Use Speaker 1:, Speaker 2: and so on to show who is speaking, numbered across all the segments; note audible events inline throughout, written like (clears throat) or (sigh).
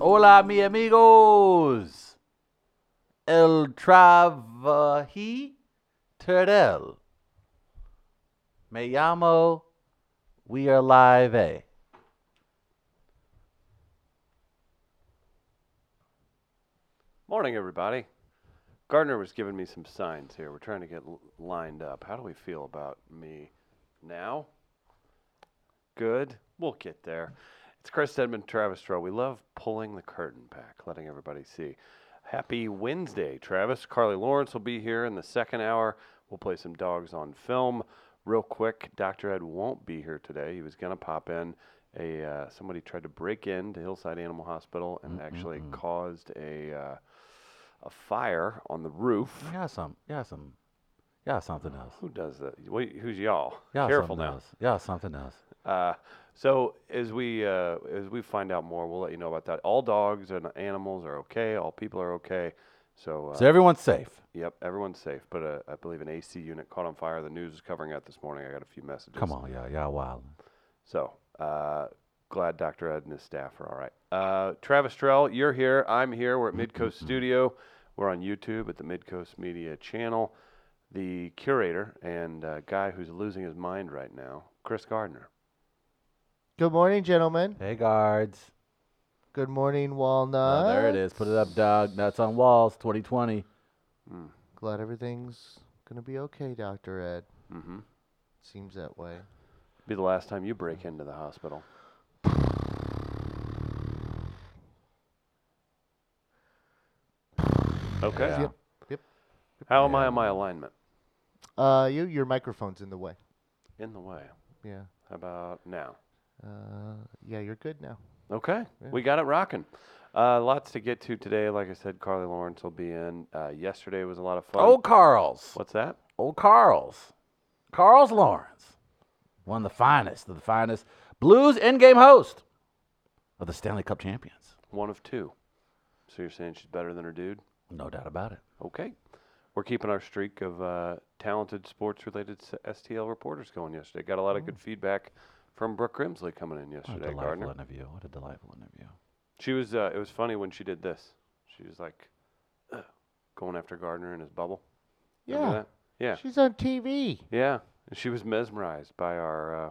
Speaker 1: Hola, mi amigos. El Terrell. Me llamo We Are Live. eh?
Speaker 2: Morning, everybody. Gardner was giving me some signs here. We're trying to get l- lined up. How do we feel about me now? Good. We'll get there. It's Chris Edmund Travis Stroh. We love pulling the curtain back, letting everybody see. Happy Wednesday, Travis. Carly Lawrence will be here in the second hour. We'll play some dogs on film. Real quick, Dr. Ed won't be here today. He was going to pop in. A uh, somebody tried to break into Hillside Animal Hospital and actually caused a uh, a fire on the roof.
Speaker 1: Yeah, some, yeah, some, yeah, something else.
Speaker 2: Who does that? Wait, who's y'all?
Speaker 1: Yeah,
Speaker 2: Careful
Speaker 1: something
Speaker 2: now.
Speaker 1: Else. Yeah, something else.
Speaker 2: Uh, so as we uh, as we find out more, we'll let you know about that. All dogs and animals are okay. All people are okay. So, uh,
Speaker 1: So everyone's safe.
Speaker 2: yep, everyone's safe. But uh, I believe an AC unit caught on fire. The news is covering it this morning. I got a few messages.
Speaker 1: Come on, yeah, yeah, wild.
Speaker 2: So uh, glad Dr. Ed and his staff are all right. Uh, Travis Trell, you're here. I'm here. We're at Midcoast Studio. We're on YouTube at the Midcoast Media channel. The curator and uh, guy who's losing his mind right now, Chris Gardner.
Speaker 3: Good morning, gentlemen.
Speaker 1: Hey, guards.
Speaker 3: Good morning, Walnut.
Speaker 1: Oh, there it is. Put it up, dog. Nuts on walls, 2020.
Speaker 3: Glad everything's gonna be okay, Doctor Ed.
Speaker 2: Mm-hmm.
Speaker 3: Seems that way.
Speaker 2: Be the last time you break into the hospital. Okay.
Speaker 1: Yeah.
Speaker 3: Yep. Yep.
Speaker 2: How am I on my alignment?
Speaker 3: Uh, you, your microphone's in the way.
Speaker 2: In the way.
Speaker 3: Yeah.
Speaker 2: How about now?
Speaker 3: Uh, yeah, you're good now.
Speaker 2: Okay,
Speaker 3: Yeah.
Speaker 2: we got it rocking. Uh, lots to get to today. Like I said, Carly Lawrence will be in. Uh, yesterday was a lot of fun.
Speaker 3: Oh.
Speaker 1: Old Oh, Carl's.
Speaker 2: What's that?
Speaker 1: Old Carl's. Carl's Lawrence. One of the finest of the finest Blues in game host of the Stanley Cup champions.
Speaker 2: One of two. So you're saying she's better than her dude?
Speaker 1: No doubt about it.
Speaker 2: Okay. We're keeping our streak of uh, talented sports related STL reporters going yesterday. Got a lot of good feedback from Brooke Grimsley coming in
Speaker 1: What a
Speaker 2: yesterday,
Speaker 1: delightful
Speaker 2: Gardner.
Speaker 1: interview. What a delightful interview.
Speaker 2: She was, uh, it was funny when she did this. She was like "Ugh," going after Gardner in his bubble. Remember
Speaker 3: Yeah.
Speaker 2: that? Yeah.
Speaker 3: She's on TV.
Speaker 2: Yeah. She was mesmerized by our. Uh,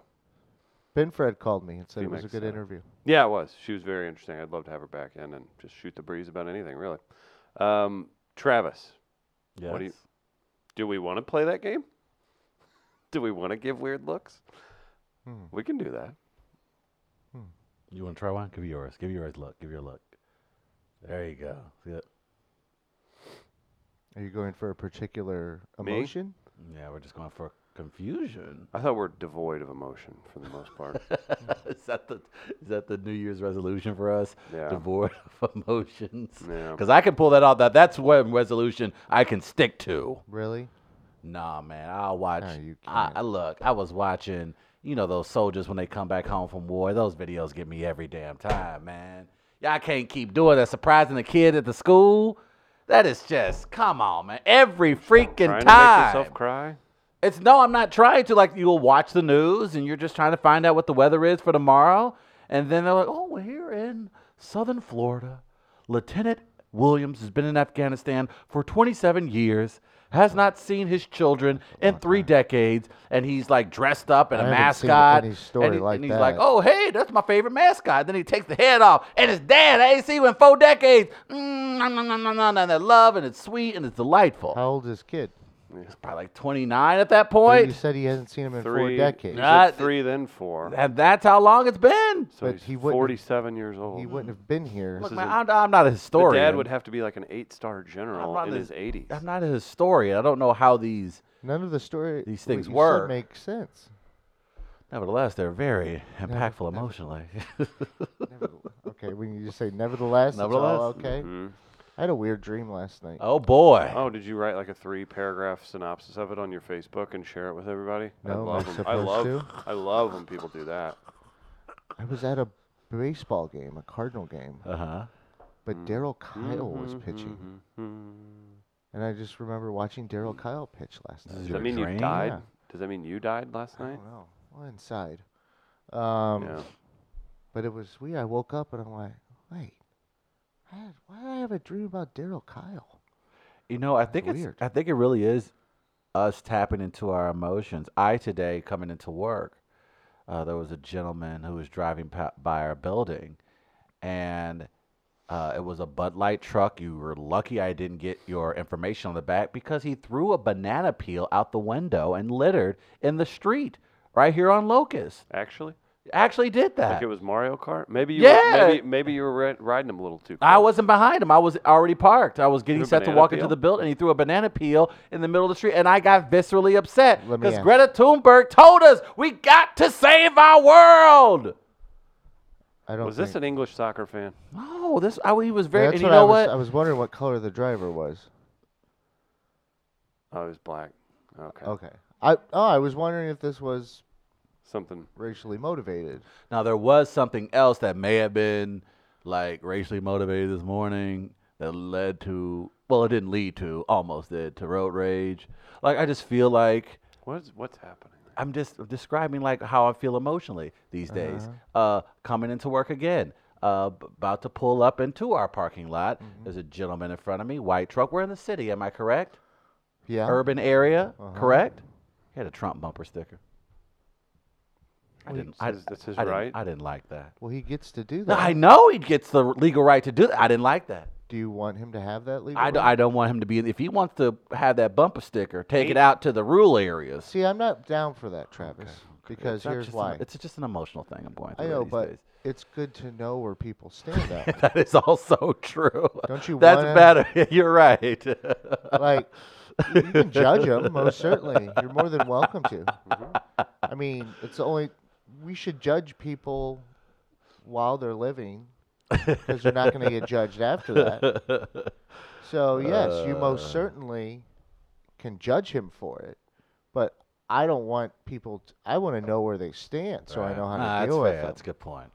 Speaker 3: Ben Fred called me and said it was a
Speaker 2: Phoenix,
Speaker 3: good
Speaker 2: uh,
Speaker 3: interview.
Speaker 2: Yeah, it was. She was very interesting. I'd love to have her back in and just shoot the breeze about anything, really. Um, Travis,
Speaker 1: Yes.
Speaker 2: What do you- do we want to play that game? Do we want to give weird looks?
Speaker 3: Hmm.
Speaker 2: We can do that.
Speaker 1: You want to try one? Give you yours. Give yours. Look. Give your look. There you go. See it?
Speaker 3: Are you going for a particular
Speaker 2: Me?
Speaker 3: emotion?
Speaker 1: Yeah, we're just going for confusion. (laughs)
Speaker 2: I thought we're devoid of emotion for the most part.
Speaker 1: is that the is that the New Year's resolution for us?
Speaker 2: Yeah.
Speaker 1: Devoid of emotions.
Speaker 2: Yeah.
Speaker 1: Because I can pull that off. That that's one resolution I can stick to.
Speaker 3: Really?
Speaker 1: Nah, man, I'll watch.
Speaker 3: you
Speaker 1: I, I
Speaker 3: can't.
Speaker 1: look. I was watching. You know those soldiers when they come back home from war. Those videos get me every damn time, man. Y'all can't keep doing that. Surprising the kid at the school. That is just come on, man. Every freaking
Speaker 2: Trying to make
Speaker 1: time.
Speaker 2: yourself cry?
Speaker 1: It's no, I'm not trying to. Like you'll watch the news and you're just trying to find out what the weather is for tomorrow, and then they're like, "Oh, we're here in Southern Florida. Lieutenant Williams has been in Afghanistan for 27 years, has not seen his children in three decades, and he's like dressed up in a
Speaker 3: I haven't seen
Speaker 1: mascot.
Speaker 3: any story
Speaker 1: and, he-
Speaker 3: like
Speaker 1: and he's like,
Speaker 3: that.
Speaker 1: "Oh, hey, that's my favorite mascot." Then he takes the head off, and his dad. I ain't seen you in four decades. Mm, nom, nom, nom, nom, nom, and that love, and it's sweet, and it's delightful.
Speaker 3: How old is kid?
Speaker 1: It's probably like 29 at that
Speaker 3: Well,
Speaker 1: point.
Speaker 3: You said he hasn't seen him in four
Speaker 2: Three
Speaker 3: decades.
Speaker 2: he said
Speaker 1: Uh,
Speaker 2: three, then four.
Speaker 1: And that's how long it's been.
Speaker 2: so
Speaker 3: But
Speaker 2: he's
Speaker 3: he wouldn't have-
Speaker 2: 47 years old.
Speaker 3: He wouldn't have been here.
Speaker 1: Look,
Speaker 2: is
Speaker 1: man,
Speaker 2: a-
Speaker 1: I'm, I'm not a
Speaker 2: the
Speaker 1: historian.
Speaker 2: dad would have to be like an eight star general
Speaker 1: not
Speaker 2: in
Speaker 1: the-
Speaker 2: his 80s.
Speaker 1: I'm not a historian. I don't know how these.
Speaker 3: None of the story
Speaker 1: These
Speaker 3: what
Speaker 1: things
Speaker 3: you said
Speaker 1: were.
Speaker 3: make sense.
Speaker 1: Nevertheless, they're very impactful
Speaker 3: never-
Speaker 1: emotionally. (laughs)
Speaker 3: okay, when you just say nevertheless,
Speaker 1: Nevertheless. mm-hmm.
Speaker 3: it's all okay.
Speaker 2: Mhm.
Speaker 3: I had a weird dream last night.
Speaker 1: oh boy.
Speaker 2: Oh, did you write like a three paragraph synopsis of it on your Facebook and share it with everybody? I
Speaker 3: No, am
Speaker 2: love
Speaker 3: I
Speaker 2: when- I
Speaker 3: supposed
Speaker 2: love
Speaker 3: to?
Speaker 2: I love when people do that.
Speaker 3: I was at a baseball game, a Cardinal game,
Speaker 2: Oh.
Speaker 1: Uh huh.
Speaker 3: but
Speaker 1: Mm.
Speaker 3: Daryl Kyle was
Speaker 1: Mm-hmm,
Speaker 3: pitching,
Speaker 2: Hmm.
Speaker 3: and I just remember watching Daryl Kyle pitch last
Speaker 1: This
Speaker 3: night.
Speaker 1: is
Speaker 2: Does
Speaker 1: your
Speaker 2: that mean
Speaker 1: dream?
Speaker 2: you died?
Speaker 3: Yeah.
Speaker 2: Does that mean you died last
Speaker 3: I
Speaker 2: night?
Speaker 3: don't know. Well, inside. Um,
Speaker 2: Yeah.
Speaker 3: But it was weird. I woke up and I'm like, wait, I had, why did I have a dream about Daryl Kyle?
Speaker 1: You know, I think it's,
Speaker 3: weird.
Speaker 1: I think it really is us tapping into our emotions. I today coming into work, uh, there was a gentleman who was driving pa- by our building, and uh, it was a Bud Light truck. You were lucky I didn't get your information on the back because he threw a banana peel out the window and littered in the street right here on Locust.
Speaker 2: Actually,
Speaker 1: Actually, did that.
Speaker 2: like it was Mario Kart. Maybe you.
Speaker 1: Yeah.
Speaker 2: Were, maybe maybe you were ri- riding him a little too. Close.
Speaker 1: I wasn't behind him. I was already parked. I was getting
Speaker 2: Threw a
Speaker 1: set to
Speaker 2: banana
Speaker 1: walk
Speaker 2: peel?
Speaker 1: into the building, and he threw a banana peel in the middle of the street, and I got viscerally upset
Speaker 3: Let me
Speaker 1: because
Speaker 3: ask-
Speaker 1: Greta Thunberg told us we got to save our world.
Speaker 3: I don't.
Speaker 2: Was
Speaker 3: think,
Speaker 2: this an English soccer fan?
Speaker 1: No, this I, he was very.
Speaker 3: That's
Speaker 1: and
Speaker 3: what
Speaker 1: you know
Speaker 3: I was.
Speaker 1: what?
Speaker 3: I was wondering what color the driver was.
Speaker 2: Oh, he was black. Okay.
Speaker 1: Uh.
Speaker 3: Okay. I oh, I was wondering if this was
Speaker 2: Something.
Speaker 3: racially motivated.
Speaker 1: Now there was something else that may have been like racially motivated this morning that led to. Well, it didn't lead to. Almost did to road rage. Like I just feel like.
Speaker 2: What's what's happening?
Speaker 1: I'm just describing like how I feel emotionally these days.
Speaker 3: Uh-huh.
Speaker 1: Uh, coming into work again, uh, b- about to pull up into our parking lot.
Speaker 3: Mm-hmm.
Speaker 1: There's a gentleman in front of me, white truck. We're in the city, am I correct?
Speaker 3: Yeah.
Speaker 1: Urban area,
Speaker 3: Uh-huh.
Speaker 1: correct? He had a Trump bumper sticker. I didn't. I,
Speaker 2: says that's his
Speaker 1: I didn't-
Speaker 2: right.
Speaker 1: I didn't like that.
Speaker 3: Well, he gets to do
Speaker 1: No,
Speaker 3: that.
Speaker 1: I know he gets the legal right to do that. I didn't like that.
Speaker 3: do you want him to have that legal?
Speaker 1: I, d-
Speaker 3: right?
Speaker 1: I don't want him to be. If he wants to have that bumper sticker, take it out to the rural areas.
Speaker 3: See, I'm not down for that, Travis. Because
Speaker 1: It's not
Speaker 3: here's
Speaker 1: just an-
Speaker 3: why.
Speaker 1: it's just an emotional thing I'm going through.
Speaker 3: I know,
Speaker 1: these
Speaker 3: but
Speaker 1: days.
Speaker 3: it's good to know where people stand
Speaker 1: (laughs)
Speaker 3: on.
Speaker 1: that is also true.
Speaker 3: Don't you
Speaker 1: That's
Speaker 3: wanna-
Speaker 1: better. (laughs) You're right.
Speaker 3: like you you can judge
Speaker 1: (laughs)
Speaker 3: them most certainly you're more than welcome to
Speaker 1: Mm-hmm.
Speaker 3: i mean it's only we should judge people while they're living because they're not going to get judged after that so yes you
Speaker 1: Uh.
Speaker 3: most certainly can judge him for it but i don't want people t I want to know where they stand so i know how to
Speaker 1: Nah,
Speaker 3: deal
Speaker 1: that's
Speaker 3: with
Speaker 1: fair.
Speaker 3: them
Speaker 1: That's a good point.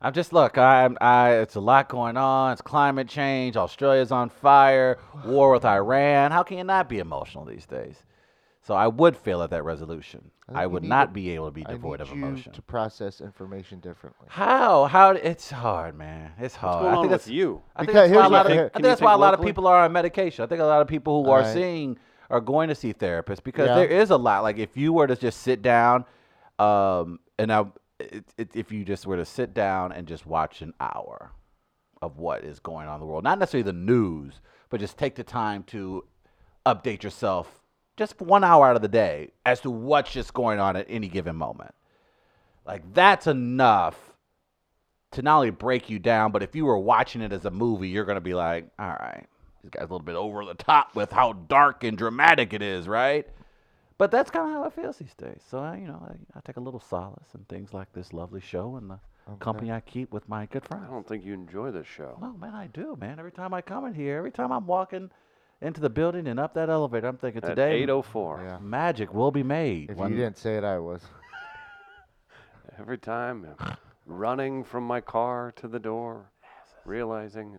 Speaker 1: I'm just look. I'm. I. It's a lot going on. It's climate change. Australia's on fire. War with Iran. How can you not be emotional these days? So I would fail at that resolution.
Speaker 3: think
Speaker 1: I,
Speaker 3: you
Speaker 1: would
Speaker 3: need
Speaker 1: not
Speaker 3: to-
Speaker 1: be able to be
Speaker 3: i
Speaker 1: devoid
Speaker 3: need
Speaker 1: of
Speaker 3: you
Speaker 1: emotion.
Speaker 3: to process information differently
Speaker 1: (sighs) How? How? It's hard, man. It's hard.
Speaker 2: What's going
Speaker 1: Oh, I
Speaker 2: on
Speaker 1: think
Speaker 2: with
Speaker 1: that's-
Speaker 2: you?
Speaker 1: I think
Speaker 3: Because
Speaker 1: that's why a lot
Speaker 3: here's the
Speaker 1: of,
Speaker 3: thing.
Speaker 1: I
Speaker 2: Can
Speaker 1: think
Speaker 2: you
Speaker 1: that's why a
Speaker 2: think
Speaker 1: lot of
Speaker 2: locally?
Speaker 1: people are on medication. I think a lot of people who are
Speaker 3: Alright.
Speaker 1: seeing are going to see therapists because
Speaker 3: Yeah.
Speaker 1: there is a lot. Like if you were to just sit down, um, and I, it, it, if you just were to sit down and just watch an hour of what is going on in the world, not necessarily the news, but just take the time to update yourself just for one hour out of the day as to what's just going on at any given moment. Like that's enough to not only break you down, but if you were watching it as a movie, you're gonna be like, all right, this guy's a little bit over the top with how dark and dramatic it is, right? But that's kind of how it feels these days. So I, you know, I, I take a little solace in things like this lovely show and the company I keep with my good
Speaker 2: I
Speaker 1: friends.
Speaker 3: Oh.
Speaker 2: don't think you enjoy this show.
Speaker 1: No, man, I do, man. Every time I come in here, every time I'm walking into the building and up that elevator, I'm thinking
Speaker 2: At
Speaker 1: today
Speaker 2: 8:04.
Speaker 3: Yeah.
Speaker 1: magic will be made.
Speaker 3: if
Speaker 1: One-
Speaker 3: you didn't say it i was
Speaker 2: Every time I'm running from my car to the door, realizing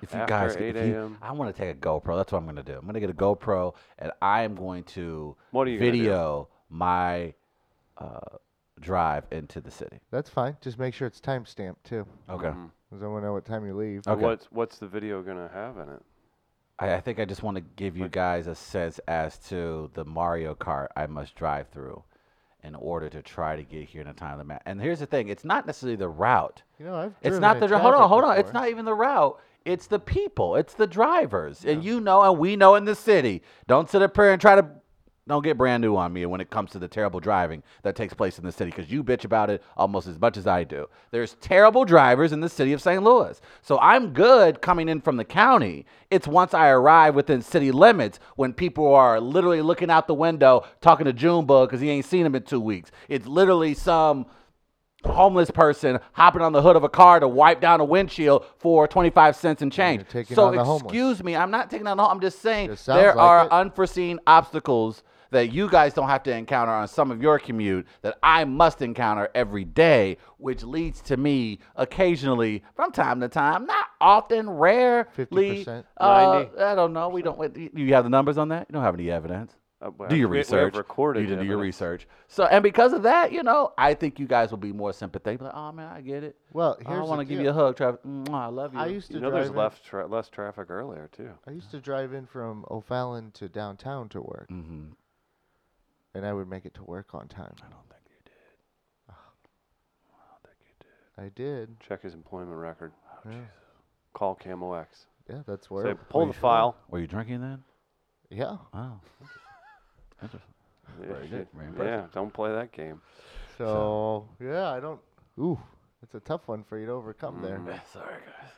Speaker 1: If you
Speaker 2: After
Speaker 1: guys, get-
Speaker 2: 8
Speaker 1: if you-
Speaker 2: a.m..
Speaker 1: I want to take a GoPro. That's what I'm going to do. I'm going to get a GoPro and I am going to
Speaker 2: What are you gonna do?
Speaker 1: video my uh, drive into the city.
Speaker 3: that's fine just make sure it's time stamped too
Speaker 1: Okay.
Speaker 2: Mm-hmm.
Speaker 3: because i want to know what time you leave
Speaker 1: Okay.
Speaker 2: what's what's the video gonna have in it?
Speaker 1: I, I think I just want to give you guys a sense as to the Mario Kart I must drive through in order to try to get here in a timely manner. And here's the thing: it's not necessarily the route.
Speaker 3: You know, I've
Speaker 1: It's
Speaker 3: driven
Speaker 1: not
Speaker 3: in
Speaker 1: the dri- hold on,
Speaker 3: traffic
Speaker 1: hold on. It's
Speaker 3: before.
Speaker 1: not even the route. It's the people. It's the drivers, and you know, and we know in the city. Don't sit up here and try to don't get brand new on me when it comes to the terrible driving that takes place in the city because you bitch about it almost as much as I do. There's terrible drivers in the city of St. Louis, so I'm good coming in from the county. It's once I arrive within city limits when people are literally looking out the window talking to Junebug because he ain't seen him in two weeks. It's literally some homeless person hopping on the hood of a car to wipe down a windshield for 25 cents and change.
Speaker 3: you're taking
Speaker 1: so
Speaker 3: on the homeless.
Speaker 1: excuse me, I'm not taking on the homeless. I'm just saying
Speaker 3: It sounds
Speaker 1: there
Speaker 3: like
Speaker 1: are
Speaker 3: it.
Speaker 1: unforeseen obstacles that you guys don't have to encounter on some of your commute that I must encounter every day, which leads to me occasionally from time to time, not often, rarely.
Speaker 3: 50%,
Speaker 1: uh,
Speaker 2: 90.
Speaker 1: I don't know. We don't. You have the numbers on that? You don't have any evidence.
Speaker 2: Uh, well,
Speaker 1: do your
Speaker 2: we- we have
Speaker 1: research.
Speaker 2: recorded
Speaker 1: You didn't do your
Speaker 2: evidence.
Speaker 1: research. So, and because of that, you know, I think you guys will be more sympathetic. Like, oh man, I get it.
Speaker 3: Well,
Speaker 1: I
Speaker 3: here's the
Speaker 1: want to give
Speaker 3: deal.
Speaker 1: you a hug, Travis. Mwah, I love you.
Speaker 3: I used to
Speaker 2: You know,
Speaker 3: drive
Speaker 2: there's
Speaker 3: in-
Speaker 2: left tra- less traffic earlier too.
Speaker 3: I used to drive in from O'Fallon to downtown to work,
Speaker 1: mm-hmm.
Speaker 3: and I would make it to work on time.
Speaker 1: I don't think you did.
Speaker 3: I did.
Speaker 2: Check his employment record.
Speaker 1: Oh,
Speaker 3: yeah.
Speaker 2: Call Camo X.
Speaker 3: yeah, that's
Speaker 2: Say,
Speaker 3: where.
Speaker 2: pull
Speaker 1: you
Speaker 2: the
Speaker 1: sure?
Speaker 2: file.
Speaker 1: Were you drinking then?
Speaker 3: (laughs) Yeah.
Speaker 1: Wow.
Speaker 2: Yeah,
Speaker 1: Very
Speaker 2: shit.
Speaker 1: good, very
Speaker 2: Yeah,
Speaker 1: impressive.
Speaker 2: don't play that game.
Speaker 3: So yeah, I don't. Ooh, it's a tough one for you to overcome there.
Speaker 1: Mm. Sorry, guys.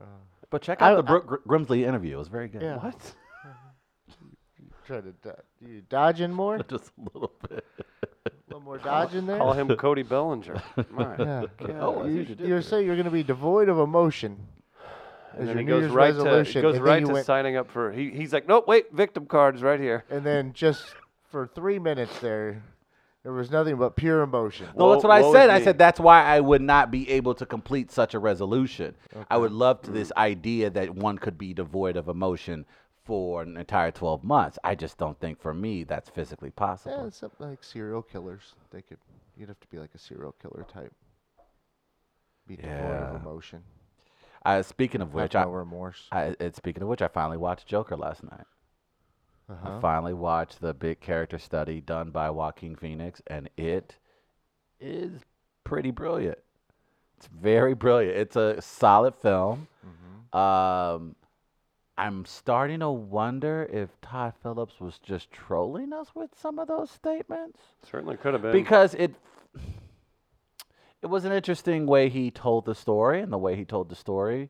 Speaker 3: Uh,
Speaker 1: But check
Speaker 3: I-
Speaker 1: out the Brooke Gr- Grimsley interview. It was very good.
Speaker 3: Yeah.
Speaker 2: What?
Speaker 3: Try to do- you dodging more,
Speaker 1: (laughs)
Speaker 3: a
Speaker 1: Just a little bit.
Speaker 3: little more dodging
Speaker 1: (laughs)
Speaker 3: there.
Speaker 2: Call him Cody Bellinger. My
Speaker 3: (laughs) Yeah.
Speaker 1: Oh, I see
Speaker 2: God.
Speaker 3: you,
Speaker 1: what you did
Speaker 3: you're
Speaker 1: there.
Speaker 3: saying you're going to be devoid of emotion.
Speaker 2: And
Speaker 3: as
Speaker 2: then
Speaker 3: your
Speaker 2: he
Speaker 3: New
Speaker 2: goes
Speaker 3: Year's
Speaker 2: right to he
Speaker 3: resolution,
Speaker 2: goes
Speaker 3: and then
Speaker 2: right
Speaker 3: you
Speaker 2: to
Speaker 3: went-
Speaker 2: signing up for. He, he's like, nope, wait, victim cards right here.
Speaker 3: And then just for three minutes there, there was nothing but pure emotion.
Speaker 1: No, that's
Speaker 2: Woe-
Speaker 1: what I
Speaker 2: woe is
Speaker 1: said. I
Speaker 2: me.
Speaker 1: said that's why I would not be able to complete such a resolution. I would love to this idea that one could be devoid of emotion for an entire 12 months. I just don't think for me that's physically
Speaker 3: Yeah,
Speaker 1: possible.
Speaker 3: it's something like serial killers. They could, you'd have to be like a serial killer type. Be devoid
Speaker 1: Yeah.
Speaker 3: of emotion,
Speaker 1: I, speaking of which,
Speaker 3: have
Speaker 1: I,
Speaker 3: no remorse.
Speaker 1: I, and speaking of which, I finally watched Joker last night. I
Speaker 3: Uh-huh.
Speaker 1: finally watched the big character study done by Joaquin Phoenix, and it is pretty brilliant. It's very brilliant. It's a solid film.
Speaker 3: Mm-hmm.
Speaker 1: Um, I'm starting to wonder if Todd Phillips was just trolling us with some of those statements
Speaker 2: Certainly could have been.
Speaker 1: because it it was an interesting way he told the story and the way he told the story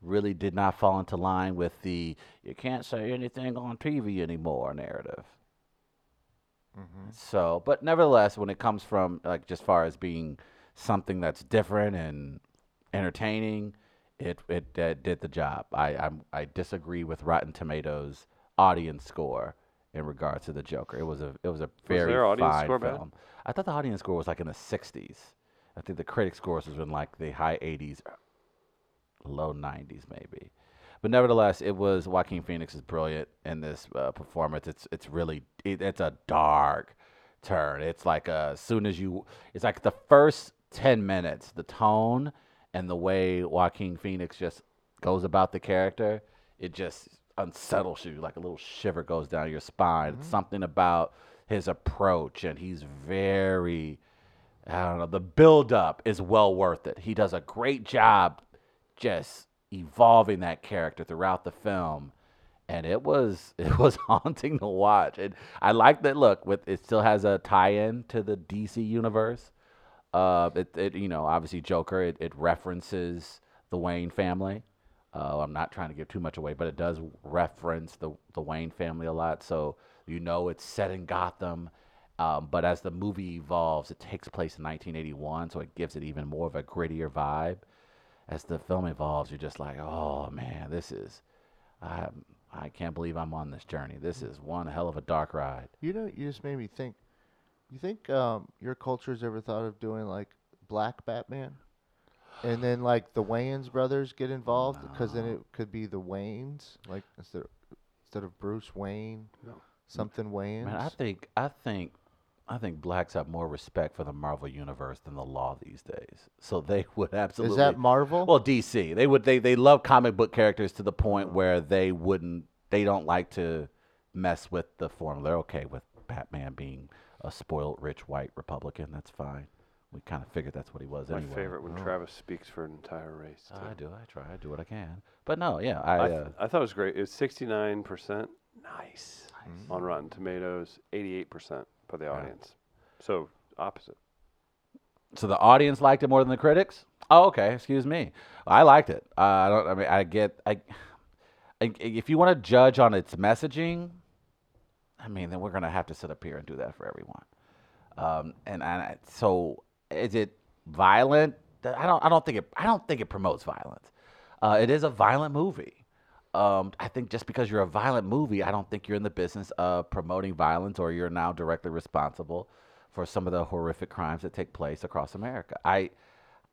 Speaker 1: really did not fall into line with the you can't say anything on TV anymore narrative.
Speaker 2: Mm-hmm.
Speaker 1: So, but nevertheless, when it comes from like just far as being something that's different and entertaining, it it, uh did the job. I I'm, I disagree with Rotten Tomatoes audience score in regards to the Joker. It was a it was a very
Speaker 2: their audience
Speaker 1: fine
Speaker 2: score bad?
Speaker 1: film. I thought the audience score was like in the 60s. I think the critic scores was in like the high 80s, low 90s maybe. But nevertheless, it was Joaquin Phoenix is brilliant in this uh, performance. It's it's really it, it's a dark turn. It's like uh, as soon as you it's like the first 10 minutes, the tone and the way Joaquin Phoenix just goes about the character, it just unsettles you like a little shiver goes down your spine. It's something about his approach and he's very I don't know. The buildup is well worth it. He does a great job just evolving that character throughout the film, and it was (laughs) it was haunting to watch. And I like that look. With it still has a tie-in to the DC universe. Uh, it, it you know obviously Joker. It, it references the Wayne family. Uh, I'm not trying to give too much away, but it does reference the the Wayne family a lot. So you know it's set in Gotham. Um, but as the movie evolves, it takes place in 1981, so it gives it even more of a grittier vibe. As the film evolves, you're just like, oh man, this is, I, I can't believe I'm on this journey. This is one hell of a dark ride.
Speaker 3: You know, you just made me think. You think um, your culture's ever thought of doing like Black Batman, and then like the Wayans brothers get involved because then it could be the Waynes, like instead instead of Bruce Wayne,
Speaker 2: No.
Speaker 3: something Wayans.
Speaker 1: Man, I think, I think, I think blacks have more respect for the Marvel universe than the law these days. So they (laughs) would absolutely.
Speaker 3: Is that Marvel?
Speaker 1: Well, DC. They would they they love comic book characters to the
Speaker 3: Oh.
Speaker 1: point where they wouldn't they don't like to mess with the form. They're okay with Batman being a spoiled rich white Republican. That's fine. We kind of figured that's what he was
Speaker 2: my
Speaker 1: anyway.
Speaker 2: favorite when Travis speaks for an entire race. too.
Speaker 1: I do. I try. I do what I can. But no, yeah. I,
Speaker 2: I,
Speaker 1: uh,
Speaker 2: th- I thought it was great. It was 69 percent. Nice. On Rotten Tomatoes, 88 percent for the audience. So opposite.
Speaker 1: so the audience liked it more than the critics. Oh, okay. Excuse me. I liked it. Uh, I don't. I mean, I get. I, I if you want to judge on its messaging, I mean, then we're gonna have to sit up here and do that for everyone. Um, and and I, so is it violent? Th- I don't. I don't think it. I don't think it promotes violence. Uh, it is a violent movie. Um, I think just because you're a violent movie, I don't think you're in the business of promoting violence, or you're now directly responsible for some of the horrific crimes that take place across America. I,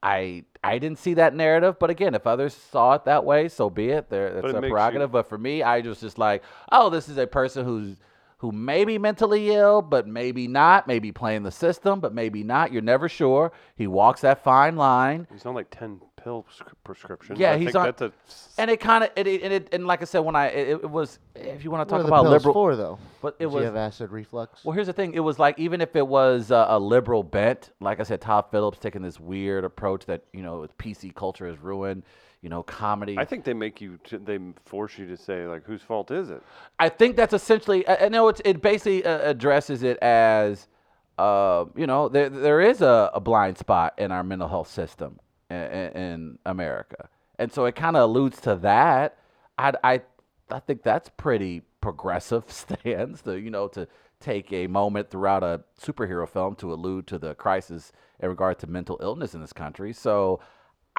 Speaker 1: I, I didn't see that narrative, but again, if others saw it that way, so be it. There, that's
Speaker 2: it
Speaker 1: a
Speaker 2: makes you-
Speaker 1: prerogative. But for me, I was just like, oh, this is a person who's who may be mentally ill, but maybe not, maybe playing the system, but maybe not. You're never sure. He walks that fine line.
Speaker 2: He's on like ten pill prescri- prescription.
Speaker 1: Yeah,
Speaker 2: I
Speaker 1: he's
Speaker 2: think
Speaker 1: on-
Speaker 2: That's a s-
Speaker 1: And it kind of, it, it, and it, and like I said, when I, it, it was, if you want to
Speaker 3: What are
Speaker 1: talk
Speaker 3: the
Speaker 1: about
Speaker 3: pills
Speaker 1: liberal,
Speaker 3: for though?
Speaker 1: but it
Speaker 3: Does
Speaker 1: was
Speaker 3: he have acid reflux?
Speaker 1: Well, here's the thing. It was like even if it was uh, a liberal bent, like I said, Todd Phillips taking this weird approach that you know with PC culture is ruined. You know, comedy. I,
Speaker 2: I think they make you. T- they force you to say like, whose fault is it?
Speaker 1: think that's essentially. I, I know it's it basically uh, addresses it as, uh, you know, there there is a, a blind spot in our mental health system in, in America, and so it kind of alludes to that. I I I think that's pretty progressive (laughs) stance to you know to take a moment throughout a superhero film to allude to the crisis in regard to mental illness in this country. So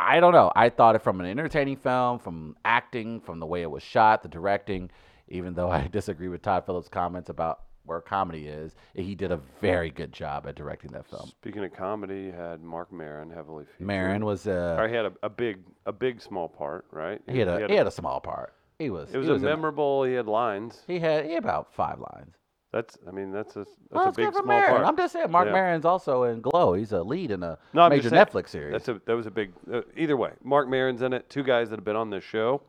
Speaker 1: I don't know. I thought it from an entertaining film, from acting, from the way it was shot, the directing. Even though I (laughs) disagree with Todd Phillips' comments about where comedy is, he did a very good job at directing that film.
Speaker 2: Speaking of comedy, you had Mark Maron heavily featured.
Speaker 1: Marin was
Speaker 2: Or
Speaker 1: a
Speaker 2: he had a, a big, a big small part, right?
Speaker 1: he had a he had a small part. He was
Speaker 2: it was
Speaker 1: he
Speaker 2: a
Speaker 1: was in-
Speaker 2: memorable. He had lines.
Speaker 1: he had he had about five lines.
Speaker 2: That's. I mean, that's a that's
Speaker 1: Well,
Speaker 2: a
Speaker 1: that's
Speaker 2: big
Speaker 1: good for
Speaker 2: small
Speaker 1: Marin.
Speaker 2: part.
Speaker 1: I'm just saying, Mark
Speaker 2: Yeah.
Speaker 1: Maron's also in Glow. He's a lead in a
Speaker 2: No, I'm
Speaker 1: major
Speaker 2: just saying,
Speaker 1: Netflix series.
Speaker 2: That's a that was a big. Uh, either way, Mark Maron's in it. Two guys that have been on this show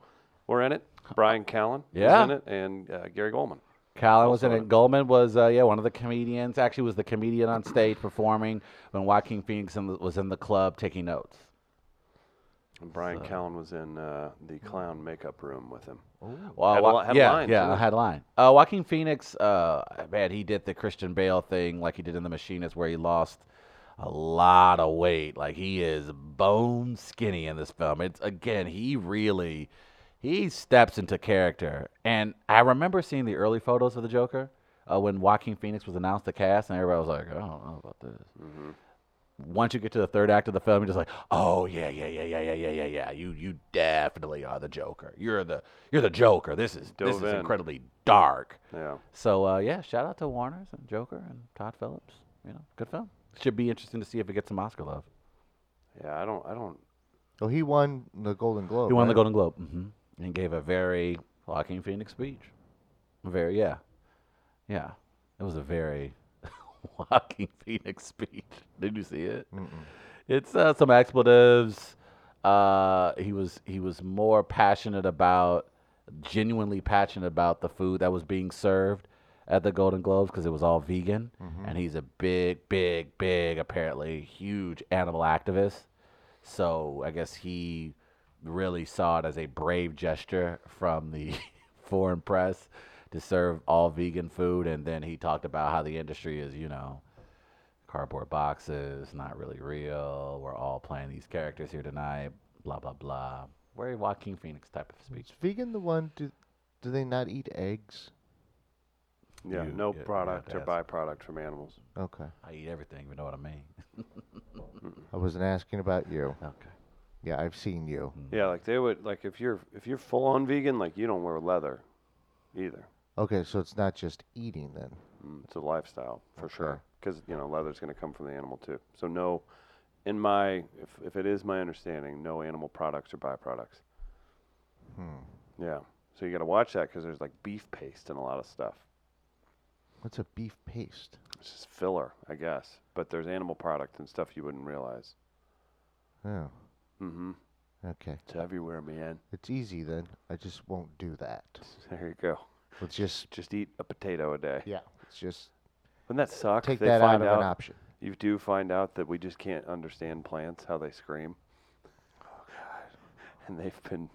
Speaker 2: were in it. Brian Callen
Speaker 1: Yeah.
Speaker 2: was in it, and uh, Gary Goldman.
Speaker 1: Callan was in it. Goldman was, uh, yeah, one of the comedians. Actually, was the comedian on stage performing when Joaquin Phoenix in the, was in the club taking notes.
Speaker 2: And Brian Callen was in uh, the clown makeup room with him.
Speaker 1: Well,
Speaker 2: Had a
Speaker 1: Wa-
Speaker 2: li- had a
Speaker 1: yeah,
Speaker 2: line,
Speaker 1: yeah,
Speaker 2: too.
Speaker 1: had a line. Uh, Joaquin Phoenix, uh, man, he did the Christian Bale thing like he did in The Machinist, where he lost a lot of weight. Like he is bone skinny in this film. It's again, he really he steps into character. And I remember seeing the early photos of the Joker uh, when Joaquin Phoenix was announced the cast, and everybody was like, I don't know about this once you get to the third act of the film, you're just like, oh yeah, yeah, yeah, yeah, yeah, yeah, yeah, yeah. You you definitely are the Joker. You're the you're the Joker. This is this is
Speaker 2: Dove in.
Speaker 1: incredibly dark.
Speaker 2: Yeah.
Speaker 1: So uh, yeah, shout out to Warner's and Joker and Todd Phillips. You know, good film. Should be interesting to see if it gets some Oscar love.
Speaker 2: Yeah. I don't. I don't.
Speaker 3: Oh, he won the Golden Globe.
Speaker 1: He won the
Speaker 3: right?
Speaker 1: Golden Globe hmm and gave a very Joaquin Phoenix speech. Very yeah, yeah. It was a very (laughs) Joaquin Phoenix speech. Did you see it? It's uh, some expletives. Uh, he was he was more passionate about, genuinely passionate about the food that was being served at the Golden Globes because it was all vegan,
Speaker 3: Mm-hmm.
Speaker 1: and he's a big, big, big, apparently huge animal activist. So I guess he really saw it as a brave gesture from the (laughs) foreign press to serve all vegan food, and then he talked about how the industry is, you know cardboard boxes, not really real. We're all playing these characters here tonight. Blah blah blah. Very Joaquin Phoenix type of speech.
Speaker 3: Is vegan the one? Do, do they not eat eggs?
Speaker 2: Yeah.
Speaker 1: You-
Speaker 2: no
Speaker 1: you- you
Speaker 2: product or
Speaker 1: have to
Speaker 2: byproduct from animals.
Speaker 3: Okay,
Speaker 1: I eat everything. You know what I mean?
Speaker 3: I wasn't asking about you.
Speaker 1: okay.
Speaker 3: Yeah, I've seen you.
Speaker 1: Mm-hmm.
Speaker 2: Yeah. Like they would. Like if you're if you're full on vegan, like you don't wear leather, either.
Speaker 3: Okay, so it's not just eating then.
Speaker 2: Mm, It's a lifestyle for
Speaker 3: Okay.
Speaker 2: sure. Because you know leather's going to come from the animal too. So no, in my if, if it is my understanding, no animal products or byproducts.
Speaker 3: Hmm.
Speaker 2: Yeah. So you got to watch that because there's like beef paste and a lot of stuff.
Speaker 3: What's a beef paste?
Speaker 2: It's just filler, I guess. But there's animal product and stuff you wouldn't realize.
Speaker 3: Oh,
Speaker 2: Mm-hmm.
Speaker 3: okay.
Speaker 2: It's everywhere, man.
Speaker 3: It's easy then. I just won't do that.
Speaker 2: There you go.
Speaker 3: Let's just
Speaker 2: Just eat a potato a day.
Speaker 3: yeah. Let's just
Speaker 2: Wouldn't that suck?
Speaker 3: take
Speaker 2: if they
Speaker 3: that out
Speaker 2: find
Speaker 3: of an option.
Speaker 2: You do find out that we just can't understand plants how they scream.
Speaker 1: Oh,
Speaker 2: And they've been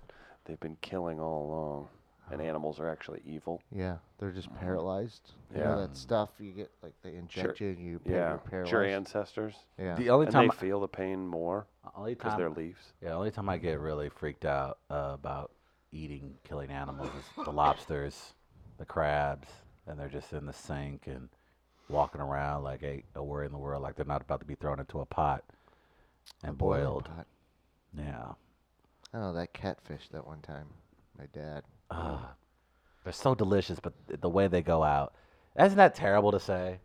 Speaker 2: they've been killing all along. And
Speaker 1: Oh.
Speaker 2: animals are actually evil.
Speaker 3: Yeah, they're just
Speaker 1: Mm-hmm.
Speaker 3: paralyzed. You know
Speaker 2: Yeah.
Speaker 3: that stuff you get like they inject you and you pa-
Speaker 2: Yeah.
Speaker 3: you're paralyzed.
Speaker 2: It's your ancestors.
Speaker 3: yeah.
Speaker 1: The only
Speaker 2: and
Speaker 1: time, Um,
Speaker 2: they feel the pain more
Speaker 1: only
Speaker 2: because they're
Speaker 1: time,
Speaker 2: leaves.
Speaker 1: yeah, only time I get really freaked out uh, about eating, killing animals is the lobsters, the crabs, and they're just in the sink and walking around like ain't a worry in the world, like they're not about to be thrown into a pot and
Speaker 3: A boiling
Speaker 1: boiled.
Speaker 3: pot.
Speaker 1: Yeah.
Speaker 3: Oh, that catfish that one time. My dad.
Speaker 1: Ah, they're so delicious, but th- the way they go out, isn't that terrible to say?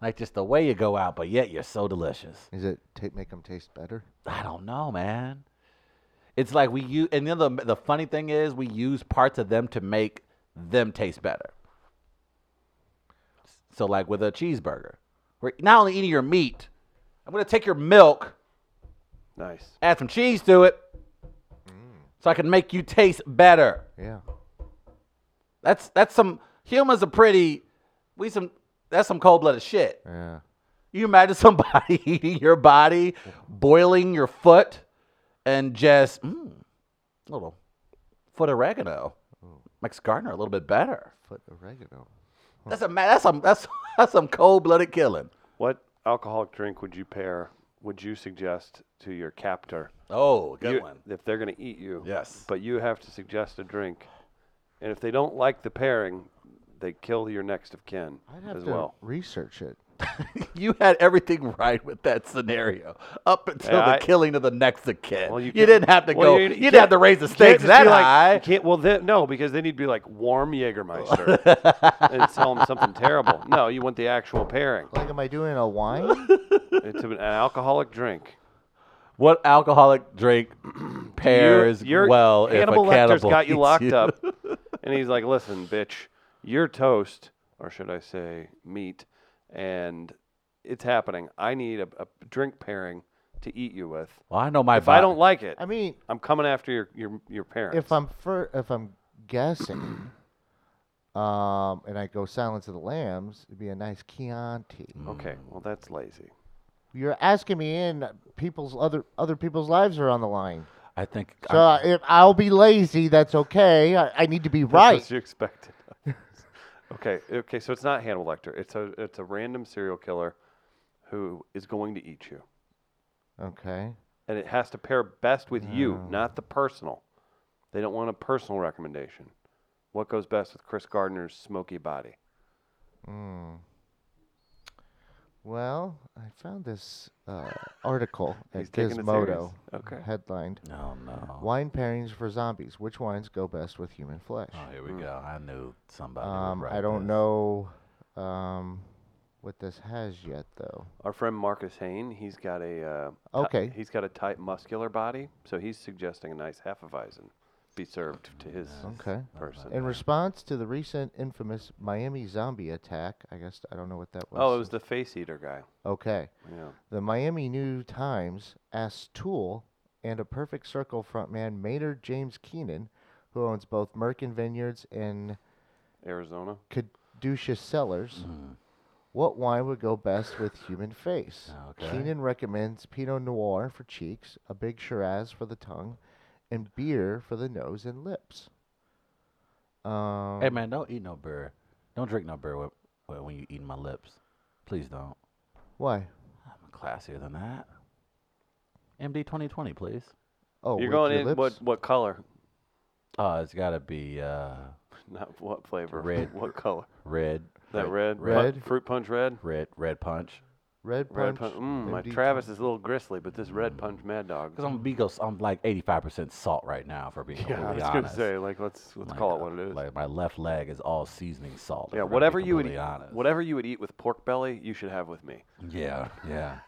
Speaker 1: Like just the way you go out, but yet you're so delicious.
Speaker 3: Is it ta make them taste better?
Speaker 1: I don't know, man. It's like we use, and then the the funny thing is, we use parts of them to make them taste better. So like with a cheeseburger, we're not only eating your meat, I'm gonna take your milk,
Speaker 2: Nice.
Speaker 1: add some cheese to it, so I can make you taste better.
Speaker 3: Yeah.
Speaker 1: That's that's some humans are pretty. We some that's some cold blooded shit.
Speaker 3: Yeah.
Speaker 1: You imagine (laughs) somebody eating your body, boiling your foot, and just mm, a little foot oregano makes Gardner a little bit better.
Speaker 3: Put oregano.
Speaker 1: That's a ma- that's some that's (laughs) that's some cold blooded killing.
Speaker 2: What alcoholic drink would you pair? Would you suggest to your captor?
Speaker 1: Oh, good
Speaker 2: You-
Speaker 1: one.
Speaker 2: If they're going to eat you.
Speaker 1: Yes.
Speaker 2: But you have to suggest a drink, and if they don't like the pairing, they kill your next of kin
Speaker 3: I'd have
Speaker 2: as
Speaker 3: to
Speaker 2: well.
Speaker 3: research it.
Speaker 1: (laughs) you had everything right with that scenario up until
Speaker 2: Yeah,
Speaker 1: the
Speaker 2: I-
Speaker 1: killing of the next of kin. you,
Speaker 2: can't-
Speaker 1: didn't have to
Speaker 2: well,
Speaker 1: go. You, didn't have
Speaker 2: can't-
Speaker 1: to raise the
Speaker 2: you can't
Speaker 1: stakes
Speaker 2: just
Speaker 1: that
Speaker 2: be like-
Speaker 1: high.
Speaker 2: you can't, well, then, no, because then you'd be like warm Jägermeister
Speaker 1: (laughs)
Speaker 2: and tell them something terrible. No, you want the actual pairing.
Speaker 3: Like, am I doing a wine? (laughs)
Speaker 2: It's an alcoholic drink.
Speaker 1: What alcoholic drink (clears throat) pairs
Speaker 2: You're- you're-
Speaker 1: well
Speaker 2: Hannibal
Speaker 1: if a
Speaker 2: Lecter's
Speaker 1: cannibal
Speaker 2: got you
Speaker 1: eats
Speaker 2: locked up, and he's like, "Listen, bitch, you're toast, or should I say meat?" And it's happening. I need a, a drink pairing to eat you with.
Speaker 1: (laughs) Well, I know my.
Speaker 2: If I don't like it,
Speaker 3: I mean,
Speaker 2: I'm coming after your your your parents.
Speaker 3: if I'm fir- if I'm guessing, um, and I go Silence of the Lambs, it'd be a nice Chianti.
Speaker 2: okay, well that's lazy.
Speaker 3: You're asking me in people's other other people's lives are on the line.
Speaker 1: I think.
Speaker 3: So if I'll be lazy, that's okay. I, I need to be
Speaker 2: That's
Speaker 3: right.
Speaker 2: what you expected. (laughs) okay, okay, so it's not Hannibal Lecter. It's a it's a random serial killer who is going to eat you.
Speaker 3: Okay.
Speaker 2: and it has to pair best with you,
Speaker 3: Oh.
Speaker 2: not the personal. They don't want a personal recommendation. What goes best with Chris Gardner's smoky body?
Speaker 3: Well, I found this uh, article
Speaker 2: (laughs) He's
Speaker 3: at
Speaker 2: taking it serious. Oh.
Speaker 3: Gizmodo, (laughs)
Speaker 2: Okay.
Speaker 3: headlined
Speaker 1: no, no.
Speaker 3: "Wine Pairings for Zombies: Which Wines Go Best with Human Flesh."
Speaker 1: Oh, here we go. I knew somebody. would
Speaker 3: Um, I
Speaker 1: write
Speaker 3: don't
Speaker 1: this.
Speaker 3: know um, what this has yet, though.
Speaker 2: Our friend Marcus Hain, he's got a uh, ti-
Speaker 3: Okay.
Speaker 2: he's got a tight muscular body, so he's suggesting a nice hefeweizen be served to his
Speaker 3: Okay.
Speaker 2: person.
Speaker 3: In response to the recent infamous Miami zombie attack, I guess I don't know what that was.
Speaker 2: oh, it was the face eater guy.
Speaker 3: okay.
Speaker 2: Yeah.
Speaker 3: The Miami New Times asked Tool and a Perfect Circle frontman Maynard James Keenan, who owns both Merkin Vineyards and
Speaker 2: Arizona.
Speaker 3: Caduceus Cellars,
Speaker 2: Mm-hmm.
Speaker 3: what wine would go best with human face.
Speaker 1: Okay.
Speaker 3: Keenan recommends Pinot Noir for cheeks, a big Shiraz for the tongue, and beer for the nose and lips. Um,
Speaker 1: Hey man, don't eat no beer. Don't drink no beer when, when when you eat my lips. Please don't.
Speaker 3: Why?
Speaker 1: I'm classier than that. MD 2020, please.
Speaker 3: Oh,
Speaker 2: You're
Speaker 3: with
Speaker 2: going
Speaker 3: your
Speaker 2: in
Speaker 3: lips?
Speaker 2: what what color? (laughs)
Speaker 1: Oh, it's got to be uh,
Speaker 2: Not what flavor.
Speaker 1: Red.
Speaker 2: (laughs) what color?
Speaker 1: red,
Speaker 2: That red, pu-
Speaker 3: Red.
Speaker 2: fruit punch red.
Speaker 1: red, red punch.
Speaker 3: Red
Speaker 2: Red punch.
Speaker 3: punch.
Speaker 2: Mm, my
Speaker 3: MD
Speaker 2: Travis is a little gristly, but this red punch mad dog.
Speaker 1: Because I'm Bigos, I'm like 85% salt right now, for being
Speaker 2: (laughs) Yeah, I was
Speaker 1: completely
Speaker 2: gonna
Speaker 1: honest.
Speaker 2: say, like, let's let's
Speaker 1: Like,
Speaker 2: call it
Speaker 1: uh,
Speaker 2: what it is.
Speaker 1: Like my left leg is all seasoning salt. if
Speaker 2: yeah,
Speaker 1: we're gonna be
Speaker 2: whatever you would
Speaker 1: completely
Speaker 2: eat,
Speaker 1: honest.
Speaker 2: whatever you would eat with pork belly, you should have with me.
Speaker 1: Yeah, yeah.
Speaker 2: And-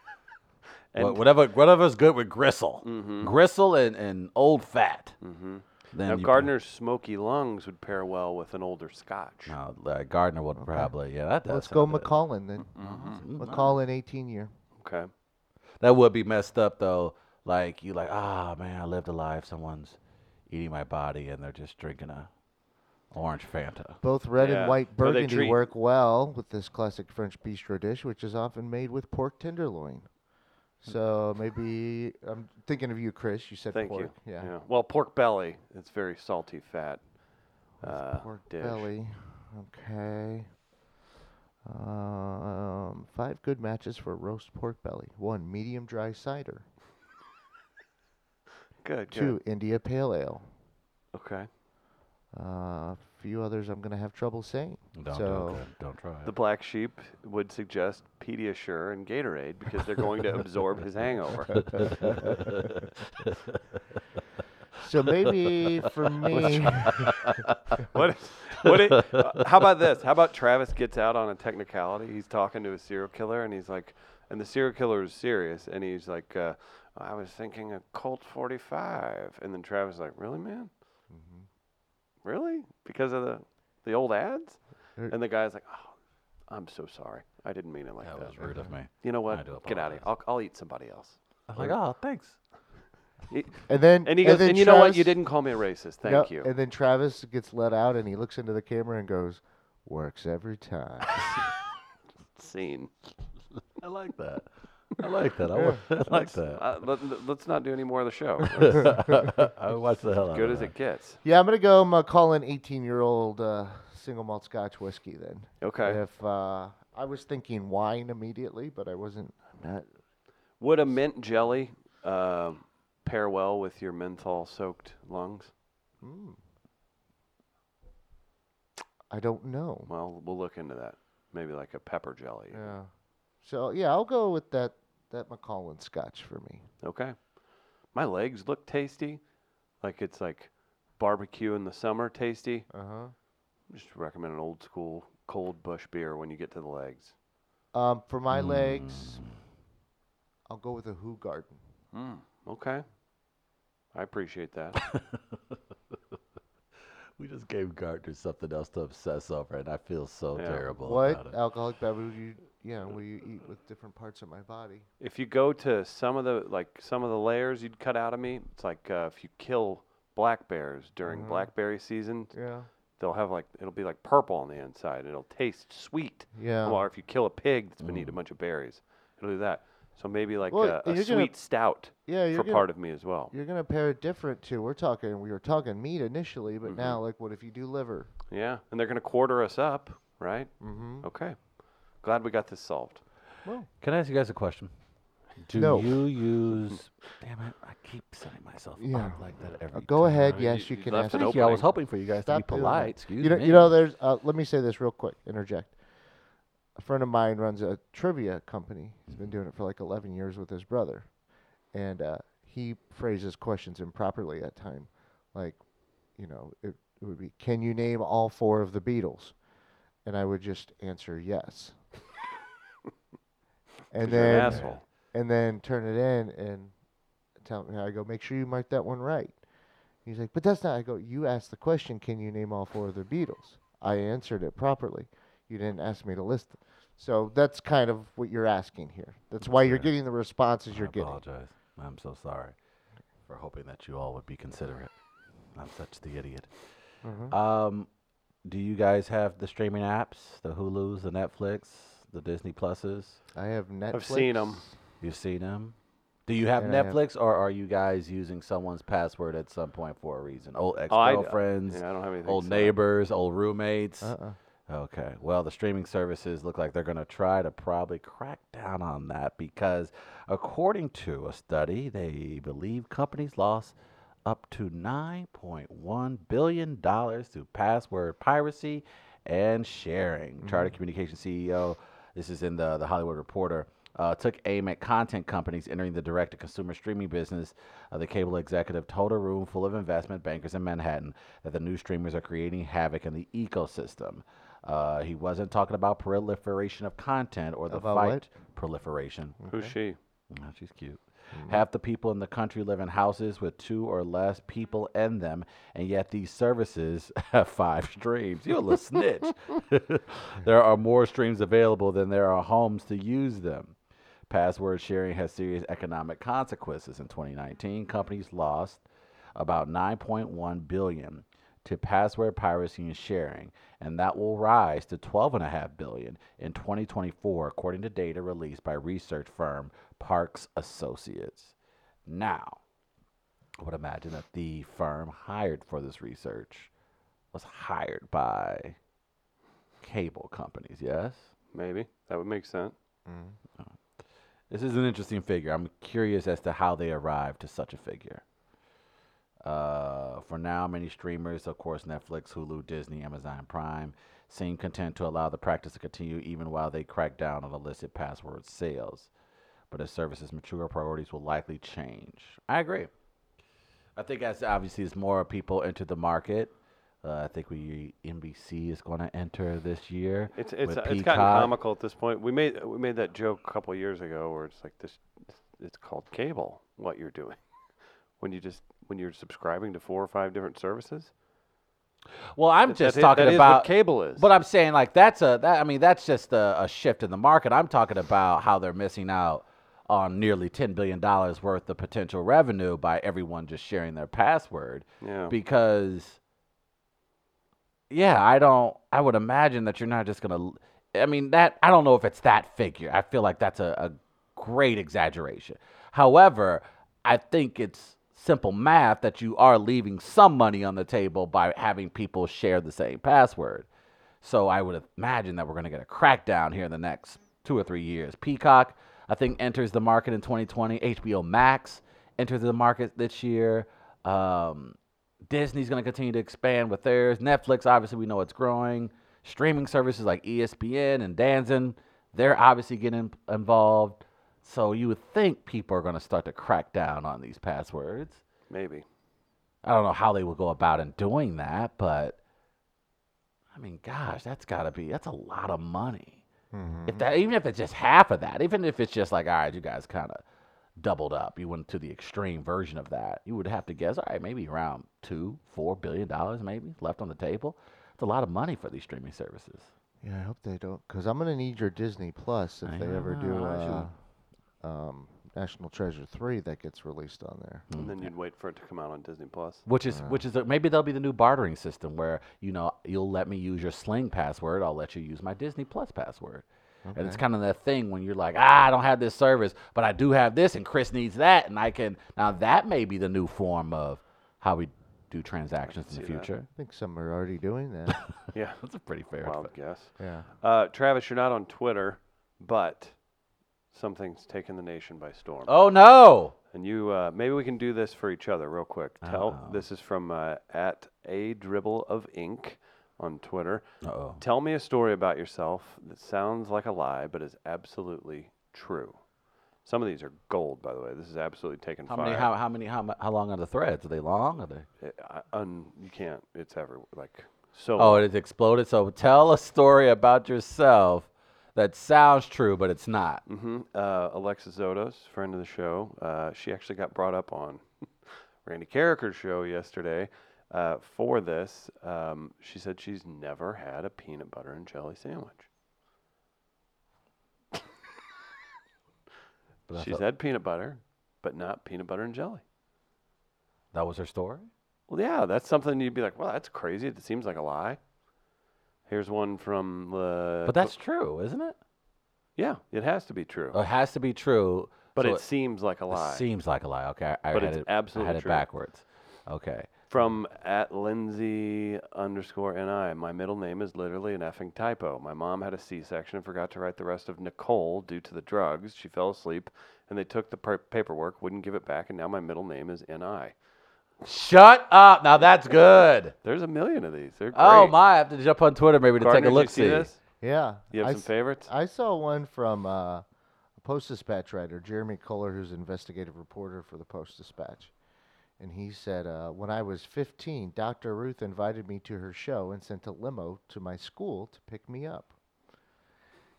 Speaker 2: Mm-hmm.
Speaker 1: Wha- whatever, whatever's good with gristle, gristle and, and old fat. Mm-hmm. Then
Speaker 2: Now,
Speaker 1: you put-
Speaker 2: Gardner's smoky lungs would pair well with an older Scotch.
Speaker 1: No, uh, Gardner would probably. Yeah, that does.
Speaker 3: Let's go
Speaker 1: sound good. Mm-hmm.
Speaker 3: McCollin then.
Speaker 2: Mm-hmm.
Speaker 3: McCollin 18 year.
Speaker 2: Okay,
Speaker 1: That would be messed up though. Like you, like ah man, I lived a life. Someone's eating my body, and they're just drinking a orange Fanta.
Speaker 3: Both red
Speaker 2: Yeah.
Speaker 3: and white
Speaker 2: Or they
Speaker 3: burgundy
Speaker 2: treat-
Speaker 3: work well with this classic French bistro dish, which is often made with pork tenderloin. So maybe I'm thinking of you, Chris. You said
Speaker 2: Hmm. thank
Speaker 3: pork.
Speaker 2: you.
Speaker 3: Yeah.
Speaker 2: Well, pork belly, it's very salty fat. Uh,
Speaker 3: Pork
Speaker 2: dish.
Speaker 3: belly. Okay. Um, five good matches for roast pork belly. One medium dry cider.
Speaker 2: Good. good.
Speaker 3: Two India pale ale.
Speaker 2: Okay.
Speaker 3: Uh, a few others I'm gonna have trouble saying.
Speaker 1: Don't
Speaker 3: so
Speaker 1: do it. Don't try it.
Speaker 2: The black sheep would suggest Pediasure and Gatorade because they're going to absorb his
Speaker 3: (laughs)
Speaker 2: hangover. (laughs)
Speaker 3: so maybe for me. (laughs)
Speaker 2: What? What? It, uh, how about this? How about Travis gets out on a technicality? He's talking to a serial killer, and he's like, and the serial killer is serious, and he's like, uh, I was thinking a Colt 45, and then Travis is like, really, man?
Speaker 3: Mhm.
Speaker 2: Really? Because of the the old ads?
Speaker 3: Er-
Speaker 2: And the guy's like, oh, I'm so sorry. I didn't mean it like that.
Speaker 1: That was rude of me.
Speaker 2: You know
Speaker 1: I
Speaker 2: what?
Speaker 1: do
Speaker 2: Get out of here. I'll, I'll eat somebody else.
Speaker 1: I'm like, oh, thanks.
Speaker 2: He-
Speaker 3: And then
Speaker 2: and he goes, and,
Speaker 3: then
Speaker 2: you know what?
Speaker 3: Travis-
Speaker 2: You didn't call me a racist. Thank
Speaker 3: Yep,
Speaker 2: you.
Speaker 3: And then Travis gets let out, and he looks into the camera and goes, "Works every time." (laughs)
Speaker 2: Scene.
Speaker 1: I like that. I like
Speaker 2: (laughs)
Speaker 1: that. I, wa- (laughs) I (laughs) like that.
Speaker 2: Uh, let, us not do any more of the show.
Speaker 1: (laughs) I watch the hell out
Speaker 2: Good
Speaker 1: of
Speaker 2: as
Speaker 1: that.
Speaker 2: it gets.
Speaker 3: yeah, I'm gonna go. I'm uh, call an 18 year old uh, single malt Scotch whiskey then.
Speaker 2: Okay.
Speaker 3: If uh, I was thinking wine immediately, but I wasn't. I'm not.
Speaker 2: Would a mint jelly uh, pair well with your menthol-soaked lungs?
Speaker 3: Mm. I don't know.
Speaker 2: Well, we'll look into that. Maybe like a pepper jelly.
Speaker 3: Yeah. So yeah, I'll go with that that McCollin Scotch for me.
Speaker 2: Okay. My legs look tasty, like it's like barbecue in the summer tasty.
Speaker 3: Uh
Speaker 2: Uh-huh. Just recommend an old school cold bush beer when you get to the legs.
Speaker 3: huh. Um, for my legs,
Speaker 2: Hmm.
Speaker 3: I'll go with a Who Garden.
Speaker 2: Mm. Okay. I appreciate that.
Speaker 1: We just gave Gardner something else to obsess over, and I feel so
Speaker 2: Yeah.
Speaker 1: terrible about
Speaker 3: what
Speaker 1: it.
Speaker 3: alcoholic beverage you yeah will you eat with different parts of my body?
Speaker 2: if you go to some of the like some of the layers you'd cut out of me, it's like uh, if you kill black bears during
Speaker 3: Mhm.
Speaker 2: blackberry season,
Speaker 3: Yeah.
Speaker 2: they'll have like it'll be like purple on the inside. It'll taste sweet.
Speaker 3: Yeah. Mm.
Speaker 2: Or if you kill a pig that's been eating a bunch of berries, it'll do that. So maybe like uh,
Speaker 3: Well,
Speaker 2: a,
Speaker 3: and
Speaker 2: a
Speaker 3: you're gonna-
Speaker 2: sweet stout
Speaker 3: yeah. You're
Speaker 2: for
Speaker 3: gonna,
Speaker 2: part of me as well.
Speaker 3: you're gonna pair it different too. We're talking we were talking meat initially, but
Speaker 2: Mm-hmm.
Speaker 3: now like what if you do liver?
Speaker 2: Yeah, and they're going to quarter us up, right?
Speaker 3: Mm-hmm.
Speaker 2: Okay. Glad we got this solved.
Speaker 3: Well,
Speaker 1: Can I ask you guys a question? Do
Speaker 3: No.
Speaker 1: you use? Damn it! I keep setting myself
Speaker 3: Yeah.
Speaker 1: up like that every.
Speaker 3: go
Speaker 1: time.
Speaker 3: ahead.
Speaker 2: you-
Speaker 3: Yes,
Speaker 2: you
Speaker 3: you, can
Speaker 2: left
Speaker 3: ask.
Speaker 2: an
Speaker 1: Thank
Speaker 3: me.
Speaker 1: you. I was hoping
Speaker 2: opening.
Speaker 1: for you guys
Speaker 3: Stop
Speaker 1: to be
Speaker 3: doing that.
Speaker 1: polite. Excuse
Speaker 3: You know,
Speaker 1: me.
Speaker 3: you know, there's. Uh, let me say this real quick. Interject. A friend of mine runs a trivia company. He's been doing it for like 11 years with his brother, and uh, he phrases questions improperly at time, like, you know, it, it would be, "Can you name all four of the Beatles?" And I would just answer yes. (laughs) and
Speaker 2: You're an
Speaker 3: then
Speaker 2: asshole.
Speaker 3: and then turn it in and tell me. I go, make sure you mark that one right. He's like, but that's not. I go, you asked the question, can you name all four of the Beatles? I answered it properly. You didn't ask me to list them. So that's kind of what you're asking here. That's why you're
Speaker 1: Fair.
Speaker 3: getting the responses you're
Speaker 1: I
Speaker 3: getting.
Speaker 1: apologize. I'm so sorry for hoping that you all would be considerate. I'm such the idiot.
Speaker 3: Mhm.
Speaker 1: Um, do you guys have the streaming apps? The Hulu's, the Netflix, the Disney Pluses?
Speaker 3: I have Netflix.
Speaker 2: seen 'em.
Speaker 1: You've seen them? Do you have
Speaker 3: Yeah, I have.
Speaker 1: Netflix, or are you guys using someone's password at some point for a reason? Old ex
Speaker 2: Oh, I-
Speaker 1: girlfriends,
Speaker 2: yeah, I don't have anything
Speaker 1: old
Speaker 2: set up.
Speaker 1: neighbors, old roommates.
Speaker 3: Uh-uh.
Speaker 1: Okay. Well, the streaming services look like they're going to try to probably crack down on that because, according to a study, they believe companies lost up to $9.1 billion through password piracy and sharing. Charter
Speaker 3: Mm-hmm.
Speaker 1: E Communication CEO, this is in the, the Hollywood Reporter. Uh, took aim at content companies entering the direct to consumer streaming business. Uh, the cable executive told a room full of investment bankers in Manhattan that the new streamers are creating havoc in the ecosystem. Uh, he wasn't talking about proliferation of content or the
Speaker 3: About
Speaker 1: fight
Speaker 3: what?
Speaker 1: proliferation.
Speaker 2: Who's she?
Speaker 1: Oh, she's cute. Half the people in the country live in houses with two or less people in them, and yet these services (laughs) have five streams. You little snitch. (laughs) there are more streams available than there are homes to use them. Password sharing has serious economic consequences. In 2019, companies lost about 9.1 billion to password piracy and sharing, and that will rise to 12.5 billion in 2024, according to data released by research firm Parks Associates. Now, I would imagine that the firm hired for this research was hired by cable companies, yes?
Speaker 2: Maybe. That would make sense.
Speaker 1: This is an interesting figure. I'm curious as to how they arrived to such a figure. Uh, for now, many streamers, of course, Netflix, Hulu, Disney, Amazon Prime, seem content to allow the practice to continue even while they crack down on illicit password sales. But as services mature, priorities will likely change. I agree. I think as obviously as more people enter the market, uh, I think we NBC is going to enter this year.
Speaker 2: It's it's
Speaker 1: with
Speaker 2: uh, it's gotten
Speaker 1: Peacock.
Speaker 2: comical at this point. We made we made that joke a couple years ago where it's like this it's called cable (laughs) what you're doing. When you just when you're subscribing to four or five different services,
Speaker 1: Well, I'm
Speaker 2: That-
Speaker 1: just
Speaker 2: that i-
Speaker 1: talking
Speaker 2: that is what
Speaker 1: about
Speaker 2: cable is.
Speaker 1: But I'm saying like that's a that I mean that's just a, a shift in the market. I'm talking about how they're missing out on nearly ten billion dollars worth of potential revenue by everyone just sharing their password
Speaker 2: yeah.
Speaker 1: because yeah, I don't I would imagine that you're not just going to I mean that I don't know if it's that figure. I feel like that's a, a great exaggeration. However, I think it's simple math that you are leaving some money on the table by having people share the same password. So I would imagine that we're going to get a crackdown here in the next two or three years. Peacock, I think, enters the market in 2020. HBO Max enters the market this year. Um, Disney's going to continue to expand with theirs. Netflix, obviously, we know it's growing. Streaming services like E ESPN and Danzin, they're obviously getting involved. So you would think people are going to start to crack down on these passwords.
Speaker 2: Maybe.
Speaker 1: I don't know how they would go about in doing that, but I mean, gosh, that's got to be that's a lot of money. If that, even if it's just half of that, even if it's just like, all right, you guys kind of doubled up, you went to the extreme version of that, you would have to guess, all right, maybe around two, four billion dollars, maybe left on the table. It's a lot of money for these streaming services.
Speaker 3: Yeah, I hope they don't, because I'm gonna need your Disney Plus if
Speaker 1: I
Speaker 3: they ever do
Speaker 1: know, I
Speaker 3: uh, um, National Treasure three that gets released on there.
Speaker 1: Hmm.
Speaker 2: And then you'd wait for it to come out on Disney Plus.
Speaker 1: (laughs) Which is which is maybe that'll be the new bartering system where you know you'll let me use your Sling password, I'll let you use my Disney Plus password, and it's kind of that thing when you're like, ah, I don't have this service, but I do have this, and Chris needs that, and I can now that may be the new form of how we do transactions in the
Speaker 2: see that.
Speaker 1: future.
Speaker 3: I think some are already doing that.
Speaker 2: (laughs) Yeah.
Speaker 1: That's a pretty fair.
Speaker 2: Wild guess.
Speaker 3: yeah.
Speaker 2: Uh, Travis, you're not on Twitter, but something's taken the nation by storm.
Speaker 1: Oh no!
Speaker 2: And you, uh, maybe we can do this for each other real quick. Tell
Speaker 1: Oh.
Speaker 2: this is from uh, at a dribble of ink on Twitter.
Speaker 1: Oh,
Speaker 2: Tell me a story about yourself that sounds like a lie, but is absolutely true. Some of these are gold, by the way. This is absolutely taken
Speaker 1: how
Speaker 2: fire.
Speaker 1: many? How, how many? How, mu- how long are the threads? Are they long? Are they?
Speaker 2: I- I- un- you can't. It's every like so.
Speaker 1: Oh, it exploded. So tell a story about yourself that sounds true, but it's not.
Speaker 2: hmm Uh, Alexis Zotos, friend of the show, uh, she actually got brought up on (laughs) Randy Carricker's show yesterday uh, for this. Um, she said she's never had a peanut butter and jelly sandwich.
Speaker 1: But I
Speaker 2: she's
Speaker 1: thought-
Speaker 2: had peanut butter, but not peanut butter and jelly.
Speaker 1: that was her story.
Speaker 2: Well, yeah, that's something you'd be like, well, that's crazy. It seems like a lie. Here's one from the.
Speaker 1: But that's true, isn't it?
Speaker 2: yeah, it has to be true.
Speaker 1: Oh, It has to be true.
Speaker 2: but
Speaker 1: so
Speaker 2: it seems like a lie.
Speaker 1: seems like a lie. Okay, I, I
Speaker 2: But
Speaker 1: had
Speaker 2: it's
Speaker 1: it, I
Speaker 2: absolutely
Speaker 1: had it
Speaker 2: true.
Speaker 1: backwards. Okay.
Speaker 2: From at Lindsay underscore NI. My middle name is literally an effing typo. My mom had a C section and forgot to write the rest of Nicole due to the drugs. She fell asleep and they took the per- paperwork, wouldn't give it back, and now my middle name is NI.
Speaker 1: Shut up. Now that's good.
Speaker 2: There's a million of these. They're great.
Speaker 1: Oh my! I have to jump on Twitter maybe to
Speaker 2: Gardner,
Speaker 1: take a
Speaker 2: did
Speaker 1: look.
Speaker 2: You, see
Speaker 1: See.
Speaker 2: this?
Speaker 3: Yeah.
Speaker 2: you have
Speaker 3: I
Speaker 2: some
Speaker 3: s-
Speaker 2: favorites?
Speaker 3: I saw one from uh, a Post Dispatch writer, Jeremy Kohler, who's an investigative reporter for the Post Dispatch. And he said, uh, When I was 15, Dr. Ruth invited me to her show and sent a limo to my school to pick me up.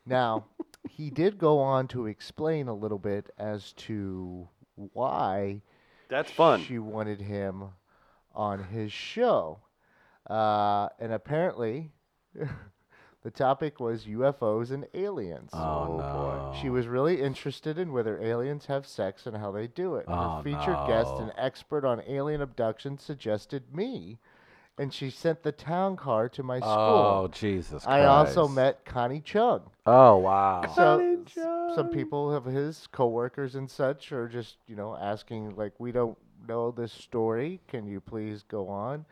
Speaker 3: Now, he did go on to explain a little bit as to why
Speaker 2: That's fun.
Speaker 3: she wanted him on his show. Uh, and apparently, (laughs) the topic was UFOs and aliens.
Speaker 1: Oh, no.
Speaker 3: She was really interested in whether aliens have sex and how they do it.
Speaker 1: Oh,
Speaker 3: Her featured guest,
Speaker 1: no.
Speaker 3: an expert on alien abduction, suggested me. And she sent the town car to my
Speaker 1: Oh
Speaker 3: school.
Speaker 1: Jesus! Christ.
Speaker 3: I also met Connie Chung.
Speaker 1: Oh wow.
Speaker 3: (laughs) So
Speaker 2: Honey
Speaker 3: s- some
Speaker 2: Jug.
Speaker 3: people of his coworkers and such are just, you know, asking like, "We don't know this story. Can you please go on?"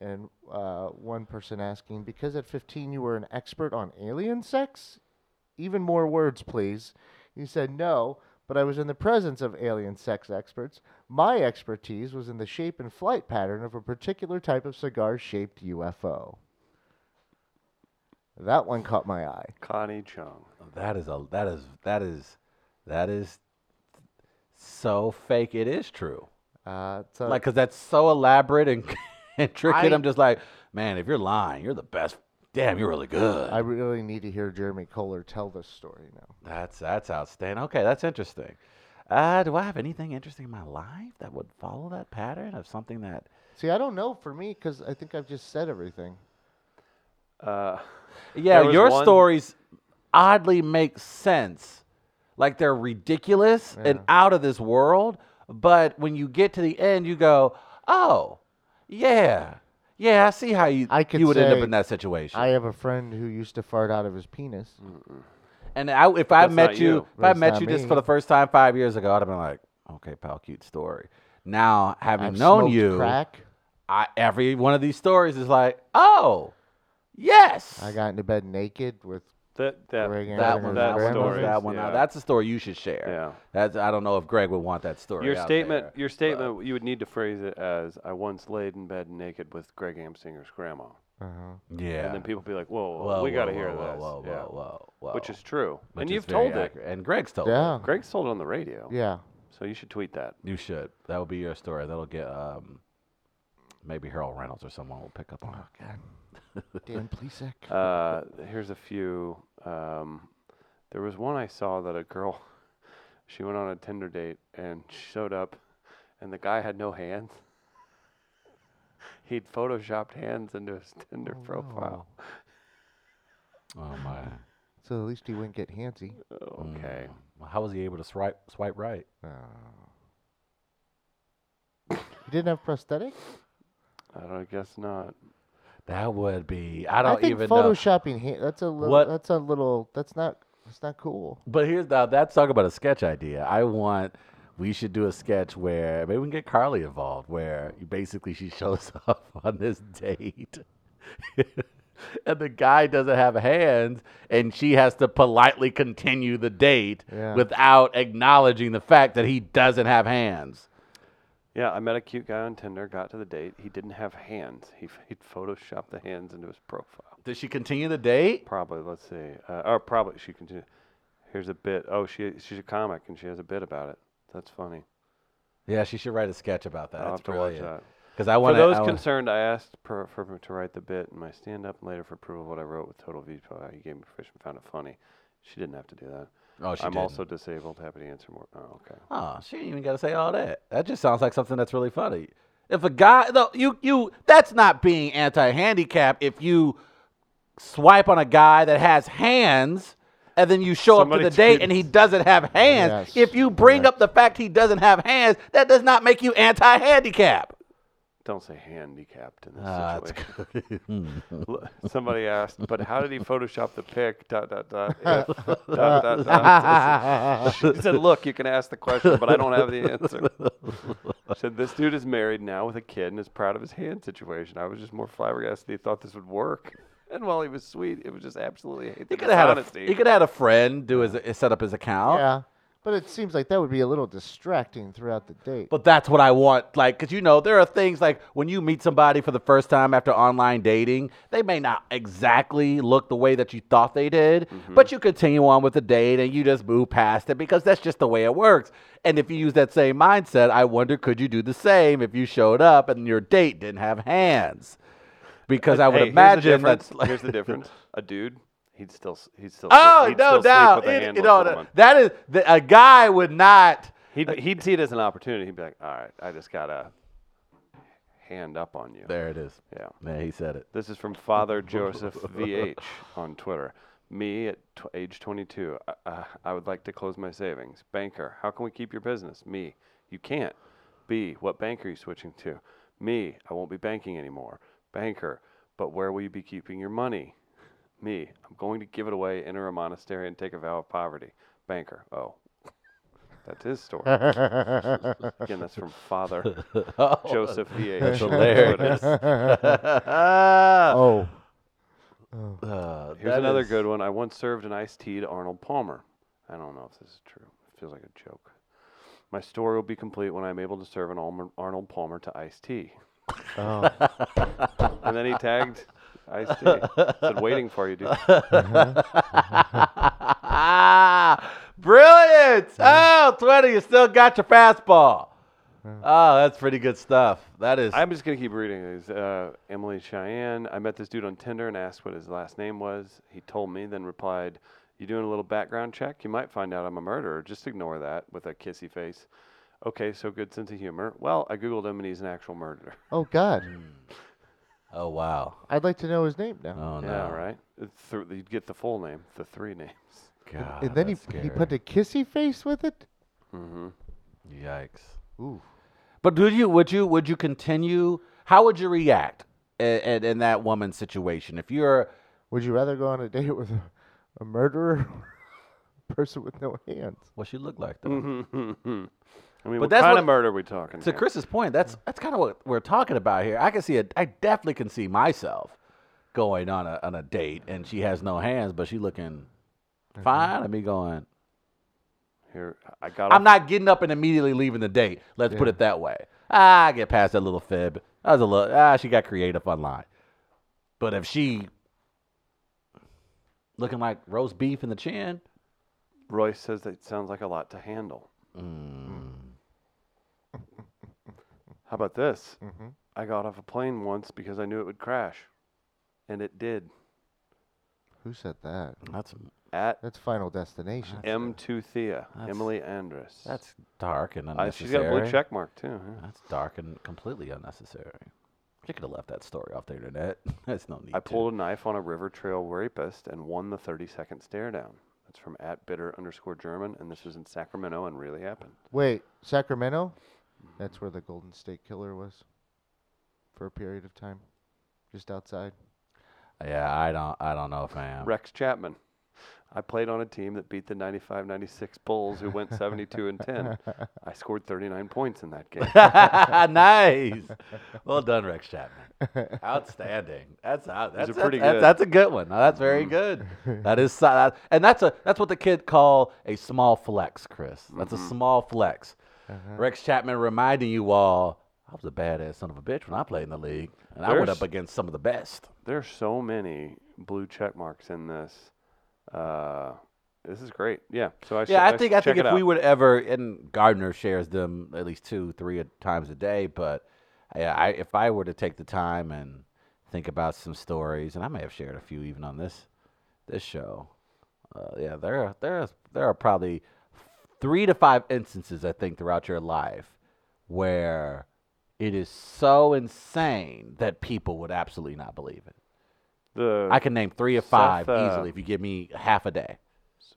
Speaker 3: And uh, one person asking, "Because at 15 you were an expert on alien sex? Even more words, please." He said, "No." But I was in the presence of alien sex experts. My expertise was in the shape and flight pattern of a particular type of cigar shaped UFO. That one caught my eye.
Speaker 2: Connie Chung.
Speaker 1: That is a that is that is that is so fake. It is true.
Speaker 3: Uh, it's a-
Speaker 1: Like, cause that's so elaborate and (laughs) intricate.
Speaker 3: I-
Speaker 1: I'm just like, man, if you're lying, you're the best. Damn, you're really good.
Speaker 3: I really need to hear Jeremy Kohler tell this story now.
Speaker 1: That's that's outstanding. Okay, that's interesting. Uh, do I have anything interesting in my life that would follow that pattern of something that
Speaker 3: See, I don't know for me because I think I've just said everything.
Speaker 2: Uh,
Speaker 1: Yeah,
Speaker 2: There was
Speaker 1: your
Speaker 2: one-
Speaker 1: stories oddly make sense. Like they're ridiculous and out of this world, but when you get to the end, you go, "Oh, yeah, yeah, I see how you
Speaker 3: I could
Speaker 1: you would end up
Speaker 3: say
Speaker 1: in that situation."
Speaker 3: I have a friend who used to fart out of his penis.
Speaker 1: and I, if I
Speaker 2: That's
Speaker 1: met
Speaker 2: not
Speaker 1: you,
Speaker 2: you.
Speaker 1: if
Speaker 3: That's
Speaker 1: I met
Speaker 3: not
Speaker 1: you just
Speaker 3: me.
Speaker 1: for the first time five years ago, I'd have been like, "Okay, pal, cute story." Now, having
Speaker 3: I've
Speaker 1: known
Speaker 3: smoked
Speaker 1: you,
Speaker 3: crack.
Speaker 1: I, every one of these stories is like, "Oh, yes."
Speaker 3: I got into bed naked with.
Speaker 2: that that
Speaker 3: Greg
Speaker 2: that,
Speaker 1: that
Speaker 3: Anderson
Speaker 1: one,
Speaker 3: and
Speaker 1: that
Speaker 3: his
Speaker 1: one,
Speaker 3: grandmother.
Speaker 2: story.
Speaker 1: that one.
Speaker 2: yeah.
Speaker 1: Now, that's a story you should share.
Speaker 2: Yeah.
Speaker 1: That's I don't know if Greg would want that story.
Speaker 2: Your
Speaker 1: out
Speaker 2: statement,
Speaker 1: there.
Speaker 2: your statement, you would need to phrase it as, "I once laid in bed naked with Greg Amsinger's grandma,"
Speaker 3: Uh-huh.
Speaker 1: yeah.
Speaker 2: and then people be like, "Whoa, whoa,
Speaker 1: Whoa,
Speaker 2: we got to
Speaker 1: whoa,
Speaker 2: hear
Speaker 1: whoa,
Speaker 2: this,"
Speaker 1: Whoa, whoa,
Speaker 2: yeah.
Speaker 1: whoa, whoa,
Speaker 2: which is true,
Speaker 1: Which
Speaker 2: and
Speaker 1: is
Speaker 2: you've
Speaker 1: very
Speaker 2: told it.
Speaker 1: accurate. and Greg's told
Speaker 3: Oh, Yeah.
Speaker 1: it.
Speaker 2: Greg's told it on the radio,
Speaker 3: Yeah.
Speaker 2: so you should tweet that.
Speaker 1: You should. That would be your story. That'll get um, maybe Harold Reynolds or someone will pick up on it. (laughs)
Speaker 3: God. Dan Plesek.
Speaker 2: Uh, here's a few. Um, there was one I saw that a girl, (laughs) she went on a Tinder date and showed up, and the guy had no hands. (laughs) He'd photoshopped hands into his Tinder
Speaker 3: Oh, no.
Speaker 2: profile.
Speaker 1: Oh my.
Speaker 3: So at least he wouldn't get handsy. Hmm.
Speaker 2: Okay.
Speaker 1: Mm. Well, How was he able to swipe swipe right?
Speaker 3: Oh. He didn't have prosthetics?
Speaker 2: I don't guess not.
Speaker 1: That would be. I don't
Speaker 3: think
Speaker 1: even know.
Speaker 3: photoshopping ha- that's a little
Speaker 1: What-
Speaker 3: that's a little that's not that's not cool.
Speaker 1: But here's now that's talk about a sketch idea. I want we should do a sketch where maybe we can get Carly involved, where you- basically she (laughs) shows up on this date. (laughs) and the guy doesn't have hands and she has to politely continue the date
Speaker 3: Yeah.
Speaker 1: without acknowledging the fact that he doesn't have hands.
Speaker 2: Yeah, I met a cute guy on Tinder, got to the date. He didn't have hands. He, (laughs) f- he'd photoshopped the hands into his profile.
Speaker 1: Does she continue the date?
Speaker 2: Probably, let's see. Uh, or probably she can do. Here's a bit. Oh, she she's a comic and she has a bit about it. That's funny.
Speaker 1: Yeah, she should write a sketch about that.
Speaker 2: I'll
Speaker 1: That's
Speaker 2: have to watch
Speaker 1: brilliant.
Speaker 2: that.
Speaker 1: Because I
Speaker 2: For
Speaker 1: want
Speaker 2: those
Speaker 1: to.
Speaker 2: concerned, I asked per, for him to write the bit in my stand up and later for approval of what I wrote with total veto. He gave me permission, found it funny. She didn't have to do that.
Speaker 1: Oh, she
Speaker 2: I'm
Speaker 1: didn't.
Speaker 2: also disabled. Happy to answer more. Oh, okay.
Speaker 1: Oh, she didn't even got to say all that. That just sounds like something that's really funny. If a guy, though, you you that's not being anti-handicap. If you swipe on a guy that has hands, and then you show up
Speaker 2: Somebody
Speaker 1: to the date
Speaker 2: tweeted-
Speaker 1: and he doesn't have hands,
Speaker 3: Yes,
Speaker 1: if you bring up the fact he doesn't have hands, that does not make you anti-handicap.
Speaker 2: Don't say handicapped in this
Speaker 1: Ah, that's
Speaker 2: situation.
Speaker 1: (laughs)
Speaker 2: L- Somebody asked, but how did he Photoshop the pic? Dot, dot, dot. If, dot, dot, dot. (laughs) She said, look, you can ask the question, but I don't have the answer. She said, this dude is married now with a kid and is proud of his hand situation. I was just more flabbergasted that he thought this would work. And while he was sweet, it was just absolutely hate
Speaker 1: He
Speaker 2: the
Speaker 1: could have had a,
Speaker 2: dishonesty.
Speaker 1: he could have had a friend do his set up his account.
Speaker 3: Yeah. But it seems like that would be a little distracting throughout the date.
Speaker 1: But that's what I want. Like, because you know, there are things like when you meet somebody for the first time after online dating, they may not exactly look the way that you thought they did,
Speaker 2: Mm-hmm.
Speaker 1: but you continue on with the date and you just move past it because that's just the way it works. And if you use that same mindset, I wonder could you do the same if you showed up and your date didn't have hands? Because I would
Speaker 2: Uh, Hey,
Speaker 1: imagine
Speaker 2: here's the
Speaker 1: that's
Speaker 2: difference. here's the (laughs) difference. A dude, he'd still, s- he'd still,
Speaker 1: oh
Speaker 2: he'd
Speaker 1: no
Speaker 2: still
Speaker 1: doubt
Speaker 2: Sleep with a
Speaker 1: It-
Speaker 2: hand
Speaker 1: you
Speaker 2: with
Speaker 1: know,
Speaker 2: someone.
Speaker 1: that is that a guy would not.
Speaker 2: He'd, he'd see it as an opportunity. He'd be like, all right, I just got to hand up on you.
Speaker 1: There it is.
Speaker 2: Yeah.
Speaker 1: Man, he said it.
Speaker 2: This is from Father Joseph VH on Twitter. Me at tw- age 22. Uh, uh, I would like to close my savings. Banker, how can we keep your business? Me, you can't. B, what bank are you switching to? Me, I won't be banking anymore. Banker, but where will you be keeping your money? Me, I'm going to give it away, enter a monastery, and take a vow of poverty. Banker, oh. That's his story. Again, that's from Father Joseph VH. That's (laughs)
Speaker 1: hilarious.
Speaker 3: oh.
Speaker 1: Uh,
Speaker 2: Here's
Speaker 1: that
Speaker 2: another
Speaker 1: is-
Speaker 2: good one. I once served an iced tea to Arnold Palmer. I don't know if this is true. It feels like a joke. My story will be complete when I'm able to serve an Almer- Arnold Palmer to iced tea.
Speaker 3: Oh.
Speaker 2: (laughs) And then he tagged iced tea. Said, waiting for you, dude.
Speaker 1: (laughs) Brilliant! Oh, 20, you still got your fastball. Oh, that's pretty good stuff. That is.
Speaker 2: I'm just going to keep reading these. Uh, Emily Cheyenne. I met this dude on Tinder and asked what his last name was. He told me, then replied, You doing a little background check? You might find out I'm a murderer. Just ignore that with a kissy face. Okay, so good sense of humor. Well, I googled him and he's an actual murderer.
Speaker 3: Oh God,
Speaker 1: Oh wow.
Speaker 3: I'd like to know his name now.
Speaker 1: Oh no.
Speaker 2: (laughs) yeah, right. It's th- you'd get the full name, the three names.
Speaker 1: (laughs) God.
Speaker 3: and then he,
Speaker 1: Oh, that's scary.
Speaker 3: he put a kissy face with it.
Speaker 2: Mm-hmm.
Speaker 1: Yikes.
Speaker 3: Ooh,
Speaker 1: But would you would you would you continue? How would you react in, in, in that woman's situation? If you're
Speaker 3: would you rather go on a date with a, a murderer or (laughs) a person with no hands?
Speaker 1: what she looked like though.
Speaker 2: Mm-hmm. I mean,
Speaker 1: But
Speaker 2: what
Speaker 1: that's
Speaker 2: kind
Speaker 1: what-
Speaker 2: of murder are we talking?
Speaker 1: To
Speaker 2: here?
Speaker 1: Chris's point, that's that's kind of what we're talking about here. I can see it. I definitely can see myself going on a on a date, and she has no hands, but she looking
Speaker 3: Mm-hmm.
Speaker 1: fine. And me going,
Speaker 2: Here, I got.
Speaker 1: I'm
Speaker 2: off-
Speaker 1: not getting up and immediately leaving the date. Let's put it that way. Ah, I get past that little fib. That was a little. Ah, she got creative online. But if she looking like roast beef in the chin,
Speaker 2: Royce says that sounds like a lot to handle. (laughs) How about this?
Speaker 3: Mm-hmm.
Speaker 2: I got off a plane once because I knew it would crash, and it did
Speaker 3: Who said that?
Speaker 1: that's
Speaker 2: at
Speaker 3: That's Final Destination.
Speaker 2: M2 Thea,
Speaker 1: That's-
Speaker 2: Emily Andress.
Speaker 1: that's dark and
Speaker 2: Uh,
Speaker 1: unnecessary. Oh,
Speaker 2: she's got a blue check mark too. huh?
Speaker 1: That's dark and completely unnecessary. She could have left that story off the internet. (laughs) That's no need.
Speaker 2: I pulled a knife on a river trail rapist and won the 30 second stare down. That's from at bitter underscore German, and this was in Sacramento and really happened.
Speaker 3: Wait, Sacramento? That's where the Golden State Killer was for a period of time, just outside.
Speaker 1: To. Yeah, I don't. I don't know if I am.
Speaker 2: Rex Chapman. I played on a team that beat the 95 96 Bulls, who went 72
Speaker 1: (laughs)
Speaker 2: and 10. I scored 39 points in that game.
Speaker 1: nice. Well done, Rex Chapman. Outstanding. That's out. That's
Speaker 2: are pretty
Speaker 1: that's,
Speaker 2: good. Mm-hmm.
Speaker 1: That's a good one. Now, that's very good. That is si- that- and that's a that's what the kid call a small flex, Chris. That's
Speaker 2: Mm-hmm.
Speaker 1: a small flex.
Speaker 2: Uh-huh.
Speaker 1: Rex Chapman reminding you all, I was a badass son of a bitch when I played in the league, and I went
Speaker 2: There's-
Speaker 1: up against some of the best.
Speaker 2: There are so many blue check marks in this. Uh, this is great. Yeah. So I should-
Speaker 1: Yeah, I
Speaker 2: should
Speaker 1: think I think
Speaker 2: check it
Speaker 1: if we
Speaker 2: out.
Speaker 1: would ever, and Gardner shares them at least two, three a- times a day. But yeah, I, if I were to take the time and think about some stories, and I may have shared a few even on this this show. Uh, yeah, there are there are, there are probably three to five instances I think throughout your life where it is so insane that people would absolutely not believe it.
Speaker 2: the
Speaker 1: I can name three or five
Speaker 2: uh,
Speaker 1: easily if you give me half a day.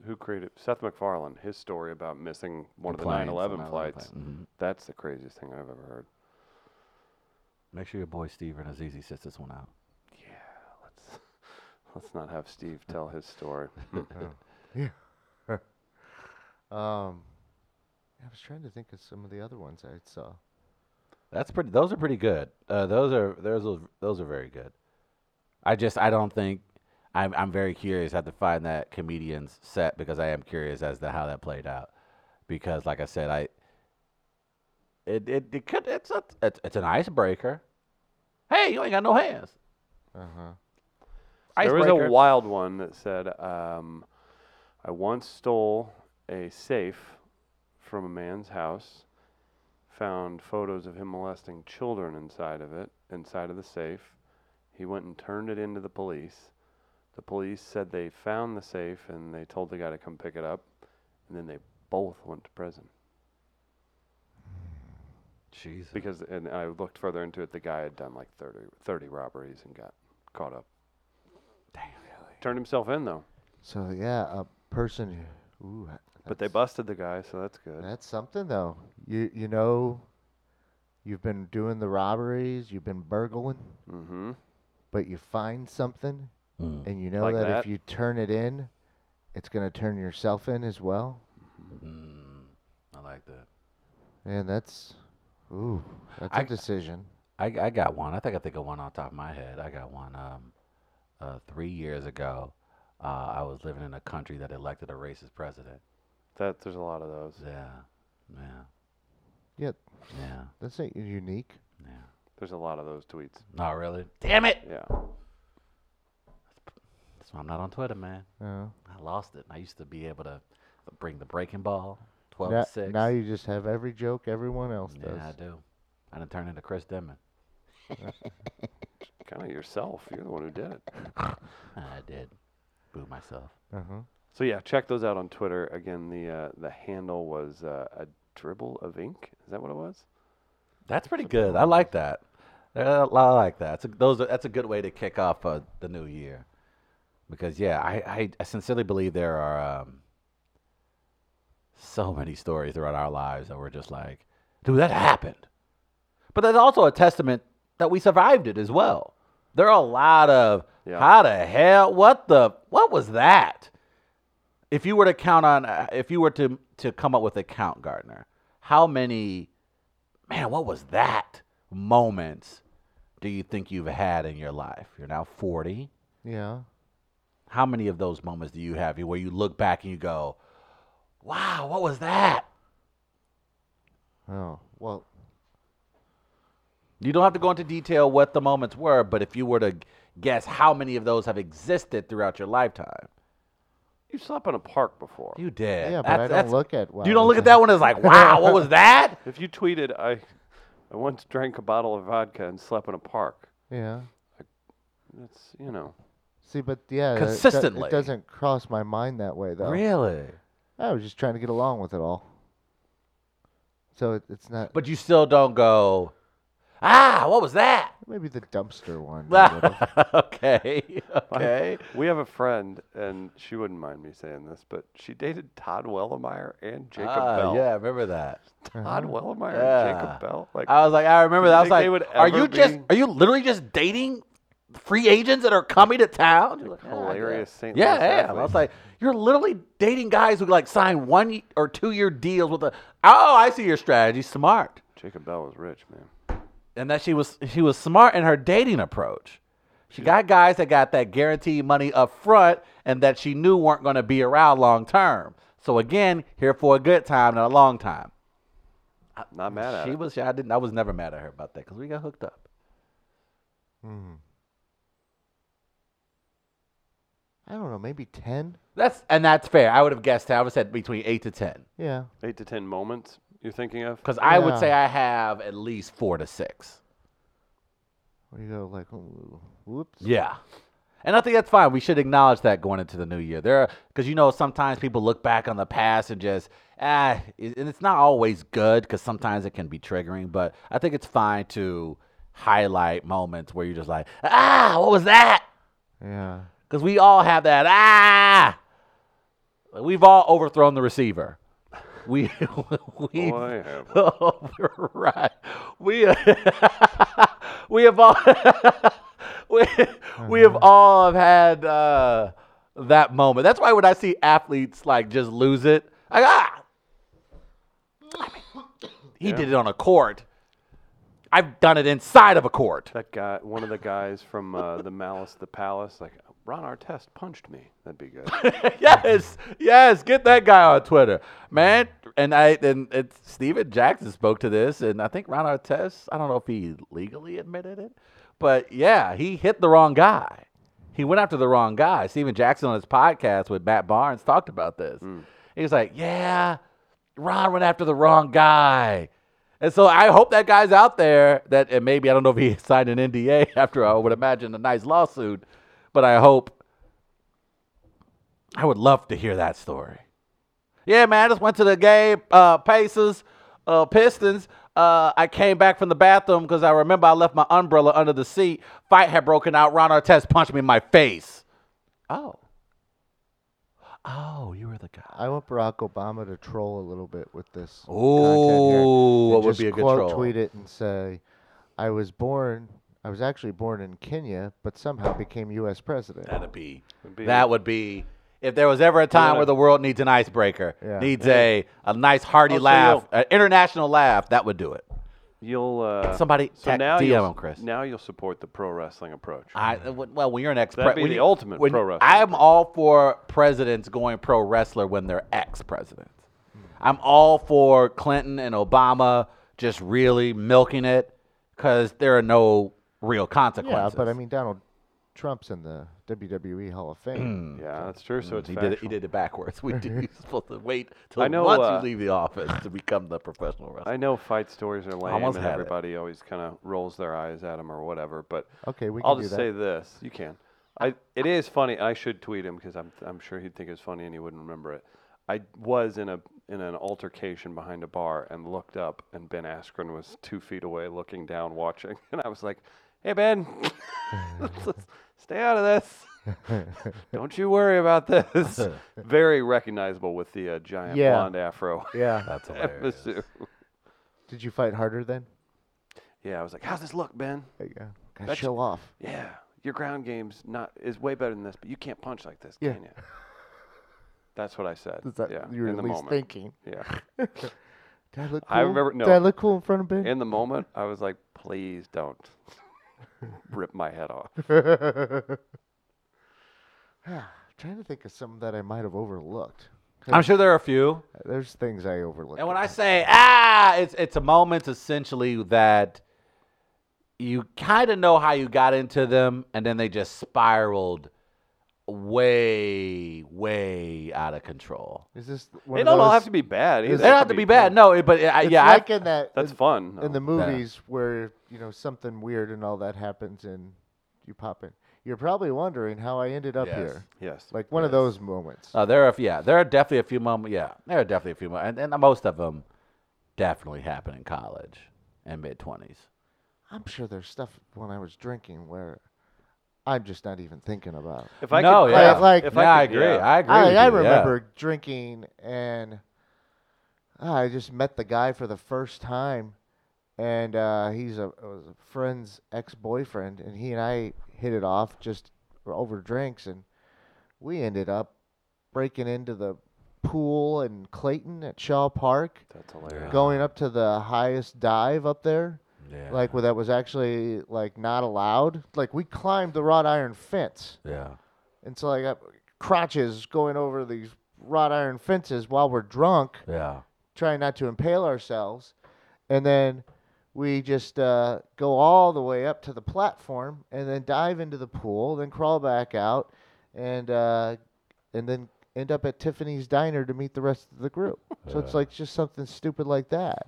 Speaker 2: who created Seth MacFarlane, his story about missing one of the
Speaker 1: planes,
Speaker 2: 9 11
Speaker 1: 9/11
Speaker 2: flights.
Speaker 1: plane. Mhm.
Speaker 2: That's the craziest thing I've ever heard.
Speaker 1: Make sure your boy Steve and Azizi sits this one out.
Speaker 2: Let's, (laughs) let's not have Steve tell
Speaker 1: (laughs)
Speaker 2: his story.
Speaker 3: Um, I was trying to think of some of the other ones I saw.
Speaker 1: That's pretty. Those are pretty good. Uh, those are those are those are very good. I just I don't think I'm I'm very curious. I have to find that comedian's set because I am curious as to how that played out. Because like I said, I it it, it could it's a it's, it's an icebreaker. Hey, you ain't got no hands.
Speaker 3: Uh huh.
Speaker 2: There was
Speaker 1: Icebreaker.
Speaker 2: a wild one that said, um, I once stole a safe from a man's house, found photos of him molesting children inside of it, inside of the safe. He went and turned it into the police. The police said they found the safe and they told the guy to come pick it up. And then they both went to prison.
Speaker 1: Jesus.
Speaker 2: Because, and I looked further into it, the guy had done like 30, 30 robberies and got caught up.
Speaker 1: Damn.
Speaker 2: Turned himself in though.
Speaker 3: So yeah, a person. Who, ooh,
Speaker 2: But they
Speaker 3: that's-
Speaker 2: busted the guy, so that's
Speaker 1: uh,
Speaker 2: good.
Speaker 3: That's something though. You you know, you've been doing the robberies, you've been burgling,
Speaker 2: Mm-hmm.
Speaker 3: but you find something,
Speaker 1: Mm.
Speaker 3: and you know
Speaker 2: Like
Speaker 3: that,
Speaker 2: that.
Speaker 3: if you turn it in, it's gonna turn yourself in as well.
Speaker 1: Mm. I like that.
Speaker 3: And that's, ooh, that's a
Speaker 1: I-
Speaker 3: decision.
Speaker 1: I, I got one. I think I think of one off the top of my head. I got one. Um, uh, three years ago, uh, I was living in a country that elected a racist president.
Speaker 2: That there's a lot of those.
Speaker 1: Yeah, yeah,
Speaker 3: Yeah,
Speaker 1: yeah,
Speaker 3: that's not unique.
Speaker 1: yeah.
Speaker 2: There's a lot of those tweets.
Speaker 1: Not really. Damn it!
Speaker 2: Yeah.
Speaker 1: That's why I'm not on Twitter, man.
Speaker 3: No.
Speaker 1: I lost it. I used to be able to bring the breaking ball, twelve
Speaker 3: now,
Speaker 1: to six.
Speaker 3: now you just have every joke everyone else
Speaker 1: yeah,
Speaker 3: does.
Speaker 1: I do. I done turned into Chris Denman.
Speaker 2: Kind of yourself. You're the one who did it.
Speaker 1: (laughs) I did. Boo myself.
Speaker 3: Uh huh.
Speaker 2: So yeah, check those out on Twitter. Again, the uh, the handle was uh, a dribble of ink. Is that what it was?
Speaker 1: That's pretty good. I like that. Uh, I like that. It's a, those. Are, that's a good way to kick off uh, the new year, because yeah, I, I, I sincerely believe there are um, so many stories throughout our lives that we're just like, dude, that happened. But that's also a testament that we survived it as well. There are a lot of
Speaker 2: Yeah.
Speaker 1: how the hell, what the, what was that? If you were to count on, uh, if you were to to come up with a count, Gardner, how many man, what was that moments do you think you've had in your life? You're now 40.
Speaker 3: Yeah.
Speaker 1: How many of those moments do you have where you look back and you go, wow, what was that?
Speaker 3: Oh well.
Speaker 1: You don't have to go into detail what the moments were, but if you were to guess how many of those have existed throughout your lifetime,
Speaker 2: You slept in a park before.
Speaker 1: you did.
Speaker 3: Yeah, but
Speaker 1: That's-
Speaker 3: I don't
Speaker 1: that's-
Speaker 3: look at. Wow,
Speaker 1: You don't look
Speaker 3: is
Speaker 1: at that one as like, wow, what
Speaker 3: (laughs)
Speaker 1: was that?
Speaker 2: If you tweeted, I, I once drank a bottle of vodka and slept in a park.
Speaker 3: Yeah.
Speaker 2: That's you know. (laughs)
Speaker 3: See, but yeah, it do-
Speaker 1: Consistently.
Speaker 3: it doesn't cross my mind that way though.
Speaker 1: Really?
Speaker 3: I was just trying to get along with it all. So it, it's not
Speaker 1: But you still don't go, ah, what was that?
Speaker 3: maybe the
Speaker 1: (laughs)
Speaker 3: dumpster one. I would've-
Speaker 1: okay.
Speaker 3: (laughs)
Speaker 1: Okay.
Speaker 2: We have a friend, and she wouldn't mind me saying this, but she dated Todd Wellemeyer and Jacob
Speaker 1: Ah,
Speaker 2: Bell.
Speaker 1: Yeah, I remember that.
Speaker 2: Todd Wellemeyer and
Speaker 1: Yeah.
Speaker 2: Jacob Bell. Like
Speaker 1: I was like, I remember
Speaker 2: Do you
Speaker 1: that. I was
Speaker 2: think
Speaker 1: like,
Speaker 2: they would
Speaker 1: are you
Speaker 2: ever
Speaker 1: just
Speaker 2: be-
Speaker 1: are you literally just dating free agents that are coming to town? You're like, "Yeah, I guess."
Speaker 2: hilarious St.
Speaker 1: Yeah,
Speaker 2: Louis
Speaker 1: yeah. I
Speaker 2: athlete.
Speaker 1: was like, you're literally dating guys who like sign one y- or two year deals with a. Oh, I see your strategy. Smart,
Speaker 2: Jacob Bell was rich, man.
Speaker 1: and that she was she was smart in her dating approach. She got guys that got that guaranteed money up front and that she knew weren't going to be around long term. So again, here for a good time, not a long time.
Speaker 2: Not mad at
Speaker 1: she
Speaker 2: it.
Speaker 1: was. I didn't. I was never mad at her about that because we got hooked up.
Speaker 3: Mm. I don't know, maybe ten.
Speaker 1: That's and that's fair. I would have guessed. I would have said between eight to ten
Speaker 3: Yeah.
Speaker 2: Eight to ten moments you're thinking of?
Speaker 1: because I would
Speaker 3: Yeah.
Speaker 1: say I have at least four to six.
Speaker 3: Where you go like, ooh, whoops.
Speaker 1: Yeah, and I think that's fine. We should acknowledge that going into the new year. There, are because you know sometimes people look back on the past and just ah, it- and it's not always good because sometimes it can be triggering. But I think it's fine to highlight moments where you're just like ah, what was that?
Speaker 3: Yeah.
Speaker 1: Because we all have that. Ah, we've all overthrown the receiver. We (laughs) we (laughs)
Speaker 2: Boy, have we.
Speaker 1: oh, we're right. We (laughs) we have all (laughs) we, we have all have had uh, that moment. That's why when I see athletes like just lose it, I ah. I mean, he did it on a court. I've done it inside of a court.
Speaker 2: that guy, one of the guys from uh, the Malice, the Palace, like Ron Artest punched me. That'd
Speaker 1: (laughs)
Speaker 2: be good.
Speaker 1: yes, yes, get that guy on Twitter, man. And I and it's Steven Jackson spoke to this, and I think Ron Artest. I don't know if he legally admitted it, but yeah, he hit the wrong guy. He went after the wrong guy. Steven Jackson on his podcast with Matt Barnes talked about this. He was like, "Yeah, Ron went after the wrong guy." And so I hope that guy's out there that and maybe I don't know if he (laughs) signed an NDA after I would imagine a nice lawsuit, but I hope I would love to hear that story. Yeah, man, I just went to the game, uh, Pacers, uh, Pistons. Uh, I came back from the bathroom because I remember I left my umbrella under the seat. Fight had broken out. Ron Artest punched me in my face. Oh. Oh, you were the guy.
Speaker 3: I want Barack Obama to troll a little bit with this.
Speaker 1: Ooh,
Speaker 3: content here. and
Speaker 1: what would
Speaker 3: just
Speaker 1: be a good
Speaker 3: quote
Speaker 1: troll?
Speaker 3: Tweet it and say, "I was born. I was actually born in Kenya, but somehow became U.S. president."
Speaker 1: That'd be,
Speaker 2: Would be-
Speaker 1: That would be. If there was ever a time
Speaker 2: wanna-
Speaker 1: where the world needs an icebreaker,
Speaker 3: Yeah.
Speaker 1: needs a, a nice hearty
Speaker 2: Also,
Speaker 1: laugh,
Speaker 2: yo.
Speaker 1: an international laugh, that would do it.
Speaker 2: You'll uh,
Speaker 1: Somebody
Speaker 2: so
Speaker 1: tag-
Speaker 2: now
Speaker 1: DM
Speaker 2: you'll-
Speaker 1: him, Chris.
Speaker 2: Now you'll support the pro wrestling approach.
Speaker 1: I uh, w- well, when you're an ex,
Speaker 2: That'd be
Speaker 1: when
Speaker 2: the
Speaker 1: you-
Speaker 2: ultimate
Speaker 1: when-
Speaker 2: pro wrestler.
Speaker 1: I'm all for presidents going pro wrestler when they're ex presidents. I'm all for Clinton and Obama just really milking it because there are no real
Speaker 3: yeah,
Speaker 1: consequences.
Speaker 3: but I mean Donald Trump's in the WWE Hall of Fame.
Speaker 2: yeah, that's true. So it's
Speaker 1: Mm, he did it. He
Speaker 2: factual.
Speaker 1: did it backwards. We do. You're supposed to wait till
Speaker 2: I know,
Speaker 1: once
Speaker 2: uh,
Speaker 1: you leave the office to become the professional wrestler.
Speaker 2: I know fight stories are lame,
Speaker 1: Almost
Speaker 2: and
Speaker 1: had it.
Speaker 2: everybody always kind of rolls their eyes at them or whatever. But
Speaker 3: Okay, we
Speaker 2: I'll
Speaker 3: can do
Speaker 2: just
Speaker 3: that.
Speaker 2: say this: you can. I, it is funny. I should tweet him because I'm, I'm sure he'd think it's funny and he wouldn't remember it. I was in a in an altercation behind a bar and looked up, and Ben Askren was two feet away, looking down, watching, (laughs) and I was like, "Hey Ben, (laughs) stay out of this.
Speaker 3: (laughs)
Speaker 2: Don't you worry about this." Very recognizable with the uh, giant
Speaker 3: Yeah.
Speaker 2: blonde afro. (laughs)
Speaker 3: Yeah.
Speaker 1: That's hilarious.
Speaker 2: Masu.
Speaker 3: Uh, Did you fight harder then?
Speaker 2: Yeah, I was like, "How's this look, Ben?"
Speaker 3: There you go. Gotta
Speaker 2: That's-
Speaker 3: show off.
Speaker 2: Yeah, your ground game's not is way better than this, but you can't punch like this,
Speaker 3: Yeah.
Speaker 2: can you? (laughs) That's what I said.
Speaker 3: Is that
Speaker 2: yeah,
Speaker 3: you were
Speaker 2: in
Speaker 3: at
Speaker 2: the
Speaker 3: least
Speaker 2: moment.
Speaker 3: thinking?
Speaker 2: Yeah,
Speaker 3: Did I look cool?
Speaker 2: I remember-
Speaker 3: Did
Speaker 2: no.
Speaker 3: I look cool in front of Ben? (sighs)
Speaker 2: in the moment, I was like, "Please don't
Speaker 3: (laughs)
Speaker 2: rip my head off."
Speaker 3: Yeah, trying to think of some that I might have overlooked. Uh,
Speaker 1: I'm sure there are a few.
Speaker 3: There's things I overlooked.
Speaker 1: And when I say ah, it's it's a moment essentially that you kind of know how you got into them, and then they just spiraled way, way out of control.
Speaker 3: is this one
Speaker 2: They
Speaker 3: of
Speaker 2: don't all
Speaker 3: those-
Speaker 2: have to be bad.
Speaker 1: They
Speaker 2: Either.
Speaker 1: don't have to be bad, no. It, but I
Speaker 3: It's
Speaker 1: yeah,
Speaker 3: like
Speaker 1: I,
Speaker 3: in that
Speaker 2: That's
Speaker 3: in,
Speaker 2: fun.
Speaker 3: in
Speaker 2: though.
Speaker 3: the movies where you know something weird and all that happens and you pop in. You're probably wondering how I ended up
Speaker 1: Yes.
Speaker 3: here.
Speaker 2: yes,
Speaker 3: Like one of those moments.
Speaker 1: uh, there are yeah, there are definitely a few moments. Yeah, there are definitely a few moments, and, and most of them definitely happen in college and mid twenties.
Speaker 3: I'm sure there's stuff when I was drinking where I'm just not even thinking about.
Speaker 2: if I
Speaker 1: no,
Speaker 2: could,
Speaker 1: yeah,
Speaker 3: Like- like-
Speaker 2: if
Speaker 1: yeah,
Speaker 2: I
Speaker 1: I,
Speaker 2: could-
Speaker 1: agree.
Speaker 2: yeah.
Speaker 1: I agree.
Speaker 3: I,
Speaker 1: with
Speaker 3: I
Speaker 1: you, yeah.
Speaker 3: remember drinking and ah, I just met the guy for the first time, and uh, he's a, was a friend's ex boyfriend, and he and I hit it off just over drinks, and we ended up breaking into the pool in Clayton at Shaw Park,
Speaker 2: that's hilarious.
Speaker 3: going up to the highest dive up there.
Speaker 1: Yeah.
Speaker 3: Like where that was actually like not allowed. Like we climbed the wrought iron fence.
Speaker 1: yeah.
Speaker 3: And so I got crotches going over these wrought iron fences while we're drunk,
Speaker 1: Yeah.
Speaker 3: trying not to impale ourselves. And then we just uh, go all the way up to the platform and then dive into the pool, then crawl back out, and uh, and then end up at Tiffany's diner to meet the rest of the group. So it's like just something stupid like that.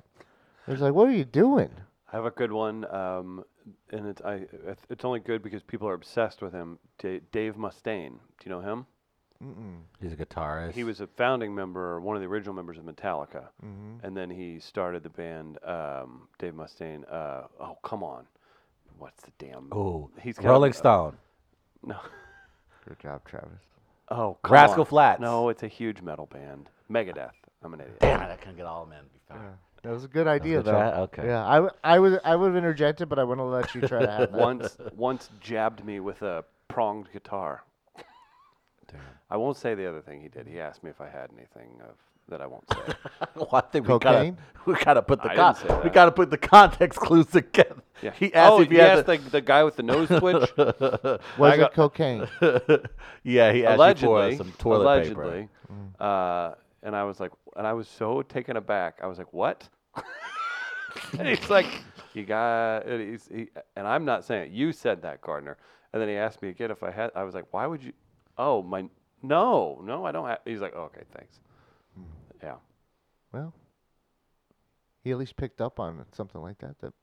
Speaker 3: It's like, what are you doing?
Speaker 2: I have a good one, um, and it's I. it's- It's only good because people are obsessed with him. Da- Dave Mustaine. Do you know him?
Speaker 3: Mm-mm.
Speaker 1: He's a guitarist.
Speaker 2: He was a founding member, one of the original members of Metallica,
Speaker 3: Mm-hmm.
Speaker 2: and then he started the band um, Dave Mustaine. Uh, oh, come on, what's the damn?
Speaker 1: Oh,
Speaker 2: He's got a-
Speaker 1: Rolling Stone.
Speaker 2: No.
Speaker 3: Good job, Travis.
Speaker 2: Oh, come
Speaker 1: Rascal
Speaker 2: on.
Speaker 1: Flatts.
Speaker 2: No, it's a huge metal band, Megadeth. I'm
Speaker 1: (laughs)
Speaker 2: an idiot.
Speaker 1: Damn it, I couldn't get all of them in.
Speaker 3: Yeah. That was a good idea,
Speaker 1: good
Speaker 3: though.
Speaker 1: try. Okay.
Speaker 3: Yeah, I, w- I would I would have interjected, but I want to let you try to
Speaker 2: (laughs)
Speaker 3: have that.
Speaker 2: once, once jabbed me with a pronged guitar.
Speaker 1: Damn.
Speaker 2: I won't say the other thing he did. He asked me if I had anything of that I won't
Speaker 1: (laughs)
Speaker 2: say.
Speaker 1: Well, I think
Speaker 3: Cocaine?
Speaker 1: we gotta we gotta put the
Speaker 2: I
Speaker 1: con-
Speaker 2: didn't say
Speaker 1: we
Speaker 2: that.
Speaker 1: gotta put the context clues together.
Speaker 2: Yeah.
Speaker 1: He asked
Speaker 2: oh,
Speaker 1: if he
Speaker 2: he
Speaker 1: had
Speaker 2: asked the, the guy with
Speaker 1: (laughs)
Speaker 2: the nose twitch.
Speaker 3: Was
Speaker 2: I
Speaker 3: it
Speaker 2: got- (laughs)
Speaker 3: cocaine?
Speaker 1: the (laughs) yeah. He asked you
Speaker 2: allegedly,
Speaker 1: for some toilet paper. Mm.
Speaker 2: allegedly, Uh, and I was like, and I was so taken aback. I was like, what? (laughs) and he's like, you got, and, he's, he, and I'm not saying it. You said that, Gardner. And then he asked me again if I had. I was like, why would you? Oh my, no, no, I don't. Have, he's like, "Oh, okay, thanks.
Speaker 1: Mm.
Speaker 2: Yeah,
Speaker 3: Well, he at least picked up on something like that. That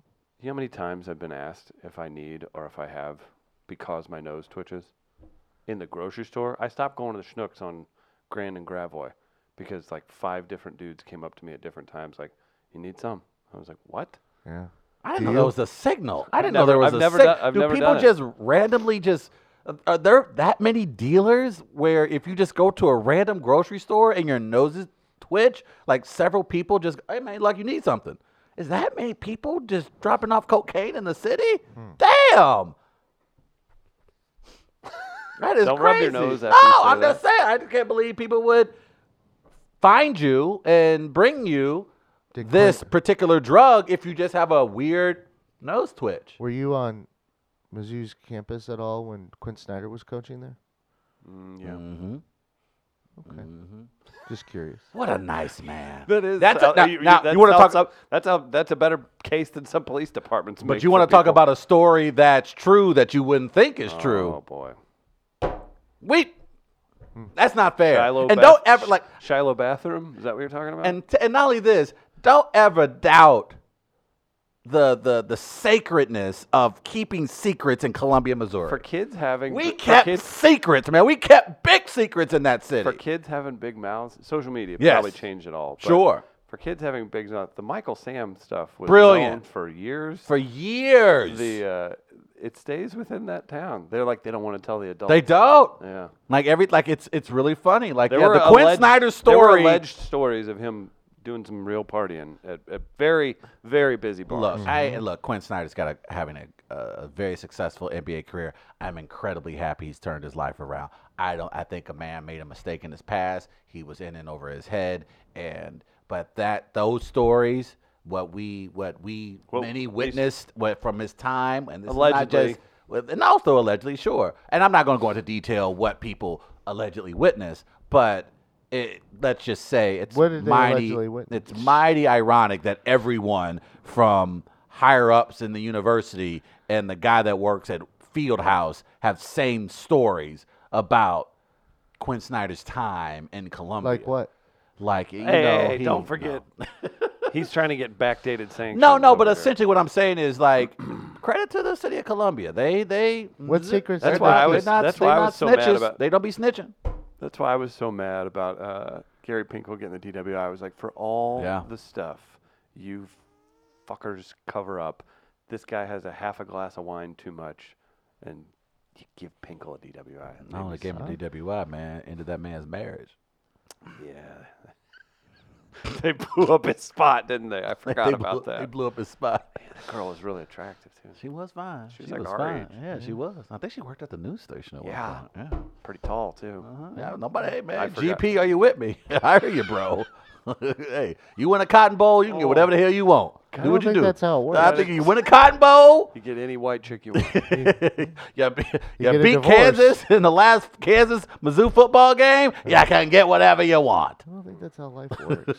Speaker 2: you know how many times I've been asked if I need or if I have because my nose twitches? In the grocery store, I stopped going to the Schnucks on Grand and Gravoy because like five different dudes came up to me at different times, like, you need some. I was like, what?
Speaker 3: yeah.
Speaker 1: I didn't
Speaker 3: Do
Speaker 1: know there
Speaker 3: you?
Speaker 1: was a signal. I
Speaker 2: I've
Speaker 1: didn't know
Speaker 2: never-
Speaker 1: there was
Speaker 2: I've
Speaker 1: a
Speaker 2: never
Speaker 1: signal.
Speaker 2: done- I've
Speaker 1: Do
Speaker 2: never
Speaker 1: people
Speaker 2: done it.
Speaker 1: just randomly just uh, are there that many dealers where if you just go to a random grocery store and your noses twitch, like several people just hey man, like you need something. Is that many people just dropping off cocaine in the city?
Speaker 2: Hmm.
Speaker 1: Damn.
Speaker 2: (laughs)
Speaker 1: That is
Speaker 2: Don't rub
Speaker 1: crazy.
Speaker 2: your nose
Speaker 1: No,
Speaker 2: after you say
Speaker 1: I'm
Speaker 2: that.
Speaker 1: just saying. I just can't believe people would find you and bring you
Speaker 3: To
Speaker 1: this
Speaker 3: click.
Speaker 1: particular drug if you just have a weird nose twitch.
Speaker 3: Were you on Mizzou's campus at all when Quinn Snyder was coaching there?
Speaker 2: Mm, yeah.
Speaker 1: Mm-hmm.
Speaker 3: Okay. Just curious.
Speaker 1: What a nice man.
Speaker 2: That is.
Speaker 1: That's
Speaker 2: how-
Speaker 1: a, now,
Speaker 2: you,
Speaker 1: now, you want to talk,
Speaker 2: about that's a that's a better case than some police departments.
Speaker 1: but you want to talk about a story that's true that you wouldn't think is
Speaker 2: Oh
Speaker 1: true.
Speaker 2: boy,
Speaker 1: Wait, that's not fair.
Speaker 2: Shiloh
Speaker 1: and
Speaker 2: bath-
Speaker 1: don't ever like,
Speaker 2: Shiloh bathroom. Is that what you're talking about?
Speaker 1: and t- and not only this, don't ever doubt the the the sacredness of keeping secrets in Columbia, Missouri.
Speaker 2: For kids having
Speaker 1: we
Speaker 2: for
Speaker 1: kept
Speaker 2: kids,
Speaker 1: secrets, man. We kept big secrets in that city.
Speaker 2: for kids having big mouths. Social media
Speaker 1: Yes.
Speaker 2: probably changed it all. but
Speaker 1: Sure.
Speaker 2: For kids having big mouths, the Michael Sam stuff was
Speaker 1: Brilliant.
Speaker 2: known for years.
Speaker 1: For years.
Speaker 2: the uh, it stays within that town. They're like they don't want to tell the adults.
Speaker 1: they don't.
Speaker 2: Yeah.
Speaker 1: Like every like it's it's really funny. Like
Speaker 2: There
Speaker 1: yeah,
Speaker 2: were
Speaker 1: the Quinn
Speaker 2: alleged-
Speaker 1: Snyder
Speaker 2: There were
Speaker 1: story.
Speaker 2: alleged stories of him doing some real partying at, at very very busy bars.
Speaker 1: Look,
Speaker 3: Mm-hmm.
Speaker 1: I look. Quinn Snyder's got a, having a, a very successful NBA career. I'm incredibly happy he's turned his life around. I don't. I think a man made a mistake in his past. He was in and over his head, and but that those stories, what we what we
Speaker 2: Well,
Speaker 1: many
Speaker 2: these-
Speaker 1: witnessed what, from his time, and this is not
Speaker 2: Allegedly.
Speaker 1: just well, and also allegedly, sure. And I'm not going to go into detail what people allegedly witnessed, but it, let's just say it's
Speaker 3: What did they
Speaker 1: mighty.
Speaker 3: allegedly witness?
Speaker 1: It's mighty ironic that everyone from higher ups in the university and the guy that works at Fieldhouse have same stories about Quinn Snyder's time in Columbia.
Speaker 3: Like what?
Speaker 1: Like you
Speaker 2: Hey,
Speaker 1: know,
Speaker 2: hey, hey,
Speaker 1: he-
Speaker 2: don't forget. (laughs) He's trying to get backdated saying
Speaker 1: No, no, but essentially what I'm saying is like (clears throat) credit to the city of Columbia. They they
Speaker 3: What secrets
Speaker 1: That's
Speaker 3: are
Speaker 1: why
Speaker 3: they
Speaker 1: I
Speaker 3: keeping?
Speaker 1: was not,
Speaker 2: That's
Speaker 1: they
Speaker 2: why I
Speaker 1: not
Speaker 2: was so
Speaker 1: snitches.
Speaker 2: mad about-
Speaker 1: They don't be snitching.
Speaker 2: That's why I was so mad about uh, Gary Pinkel getting the DWI. I was like, for all
Speaker 1: Yeah.
Speaker 2: the stuff you fuckers cover up, this guy has a half a glass of wine too much, and you give Pinkel a DWI. It
Speaker 1: I only
Speaker 2: made
Speaker 1: Oh, gave
Speaker 2: me
Speaker 1: him
Speaker 3: so.
Speaker 1: a DWI, man. Ended that man's marriage.
Speaker 2: s- Yeah. (laughs) they blew up his spot, didn't they? I
Speaker 1: (laughs)
Speaker 2: forgot
Speaker 1: they
Speaker 2: about
Speaker 1: blew, They
Speaker 2: that.
Speaker 1: blew up his spot.
Speaker 2: That girl was really attractive too.
Speaker 1: She was fine.
Speaker 2: She was like our age.
Speaker 1: Yeah, she was. I think she worked at the news station at
Speaker 2: Yeah.
Speaker 1: one point. Yeah.
Speaker 2: Pretty tall too.
Speaker 1: Uh-huh. Yeah, nobody, hey, man.
Speaker 2: forgot.
Speaker 1: GP, are you with me? (laughs) I hear you, bro. (laughs) hey, you win a Cotton Bowl, you can get whatever the hell you want.
Speaker 3: I
Speaker 1: do
Speaker 3: don't
Speaker 1: what you
Speaker 3: think
Speaker 1: do.
Speaker 3: that's how it
Speaker 1: I
Speaker 3: works.
Speaker 1: think you win a Cotton
Speaker 2: (laughs)
Speaker 1: Bowl.
Speaker 2: You get any white chick you want.
Speaker 1: (laughs) you be- you
Speaker 3: get a
Speaker 1: beat
Speaker 3: divorce.
Speaker 1: Kansas in the last Kansas Mizzou football game. You can get whatever you want.
Speaker 3: I don't think that's
Speaker 2: (laughs)
Speaker 3: how life works.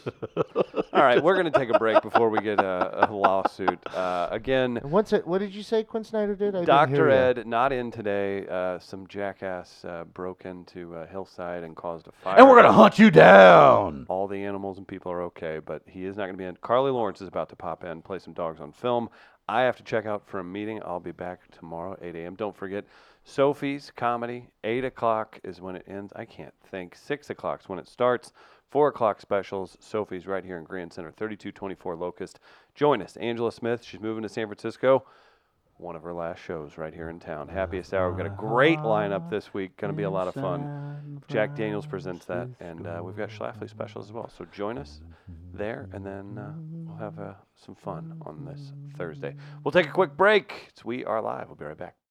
Speaker 2: All right, we're going to take a break before we get a, a lawsuit. Uh,
Speaker 1: (laughs)
Speaker 2: again,
Speaker 3: and what's it? What did you say? Quinn Snyder did? I didn't hear
Speaker 2: Dr.
Speaker 3: ya.
Speaker 2: Ed, not in today. Uh, some jackass uh, broke into uh, Hillside and caused a fire.
Speaker 1: And we're gonna hunt you down.
Speaker 2: Um, All the animals and people are okay, but he is not going to be in. Carly Lawrence is about to pop in, play some dogs on film. I have to check out for a meeting. I'll be back tomorrow, 8 a.m. Don't forget, Sophie's comedy. 8 o'clock is when it ends. I can't think. 6 o'clock is when it starts. 4 o'clock specials. Sophie's right here in Grand Center, 3224 Locust. Join us. Angela Smith, she's moving to San Francisco one of her last shows right here in town. Happiest Hour. We've got a great lineup this week. Going to be a lot of fun. Jack Daniels presents that, and uh, we've got Schlafly specials as well. So join us there, and then uh, we'll have uh, some fun on this Thursday. We'll take a quick break. It's We Are Live. We'll be right back.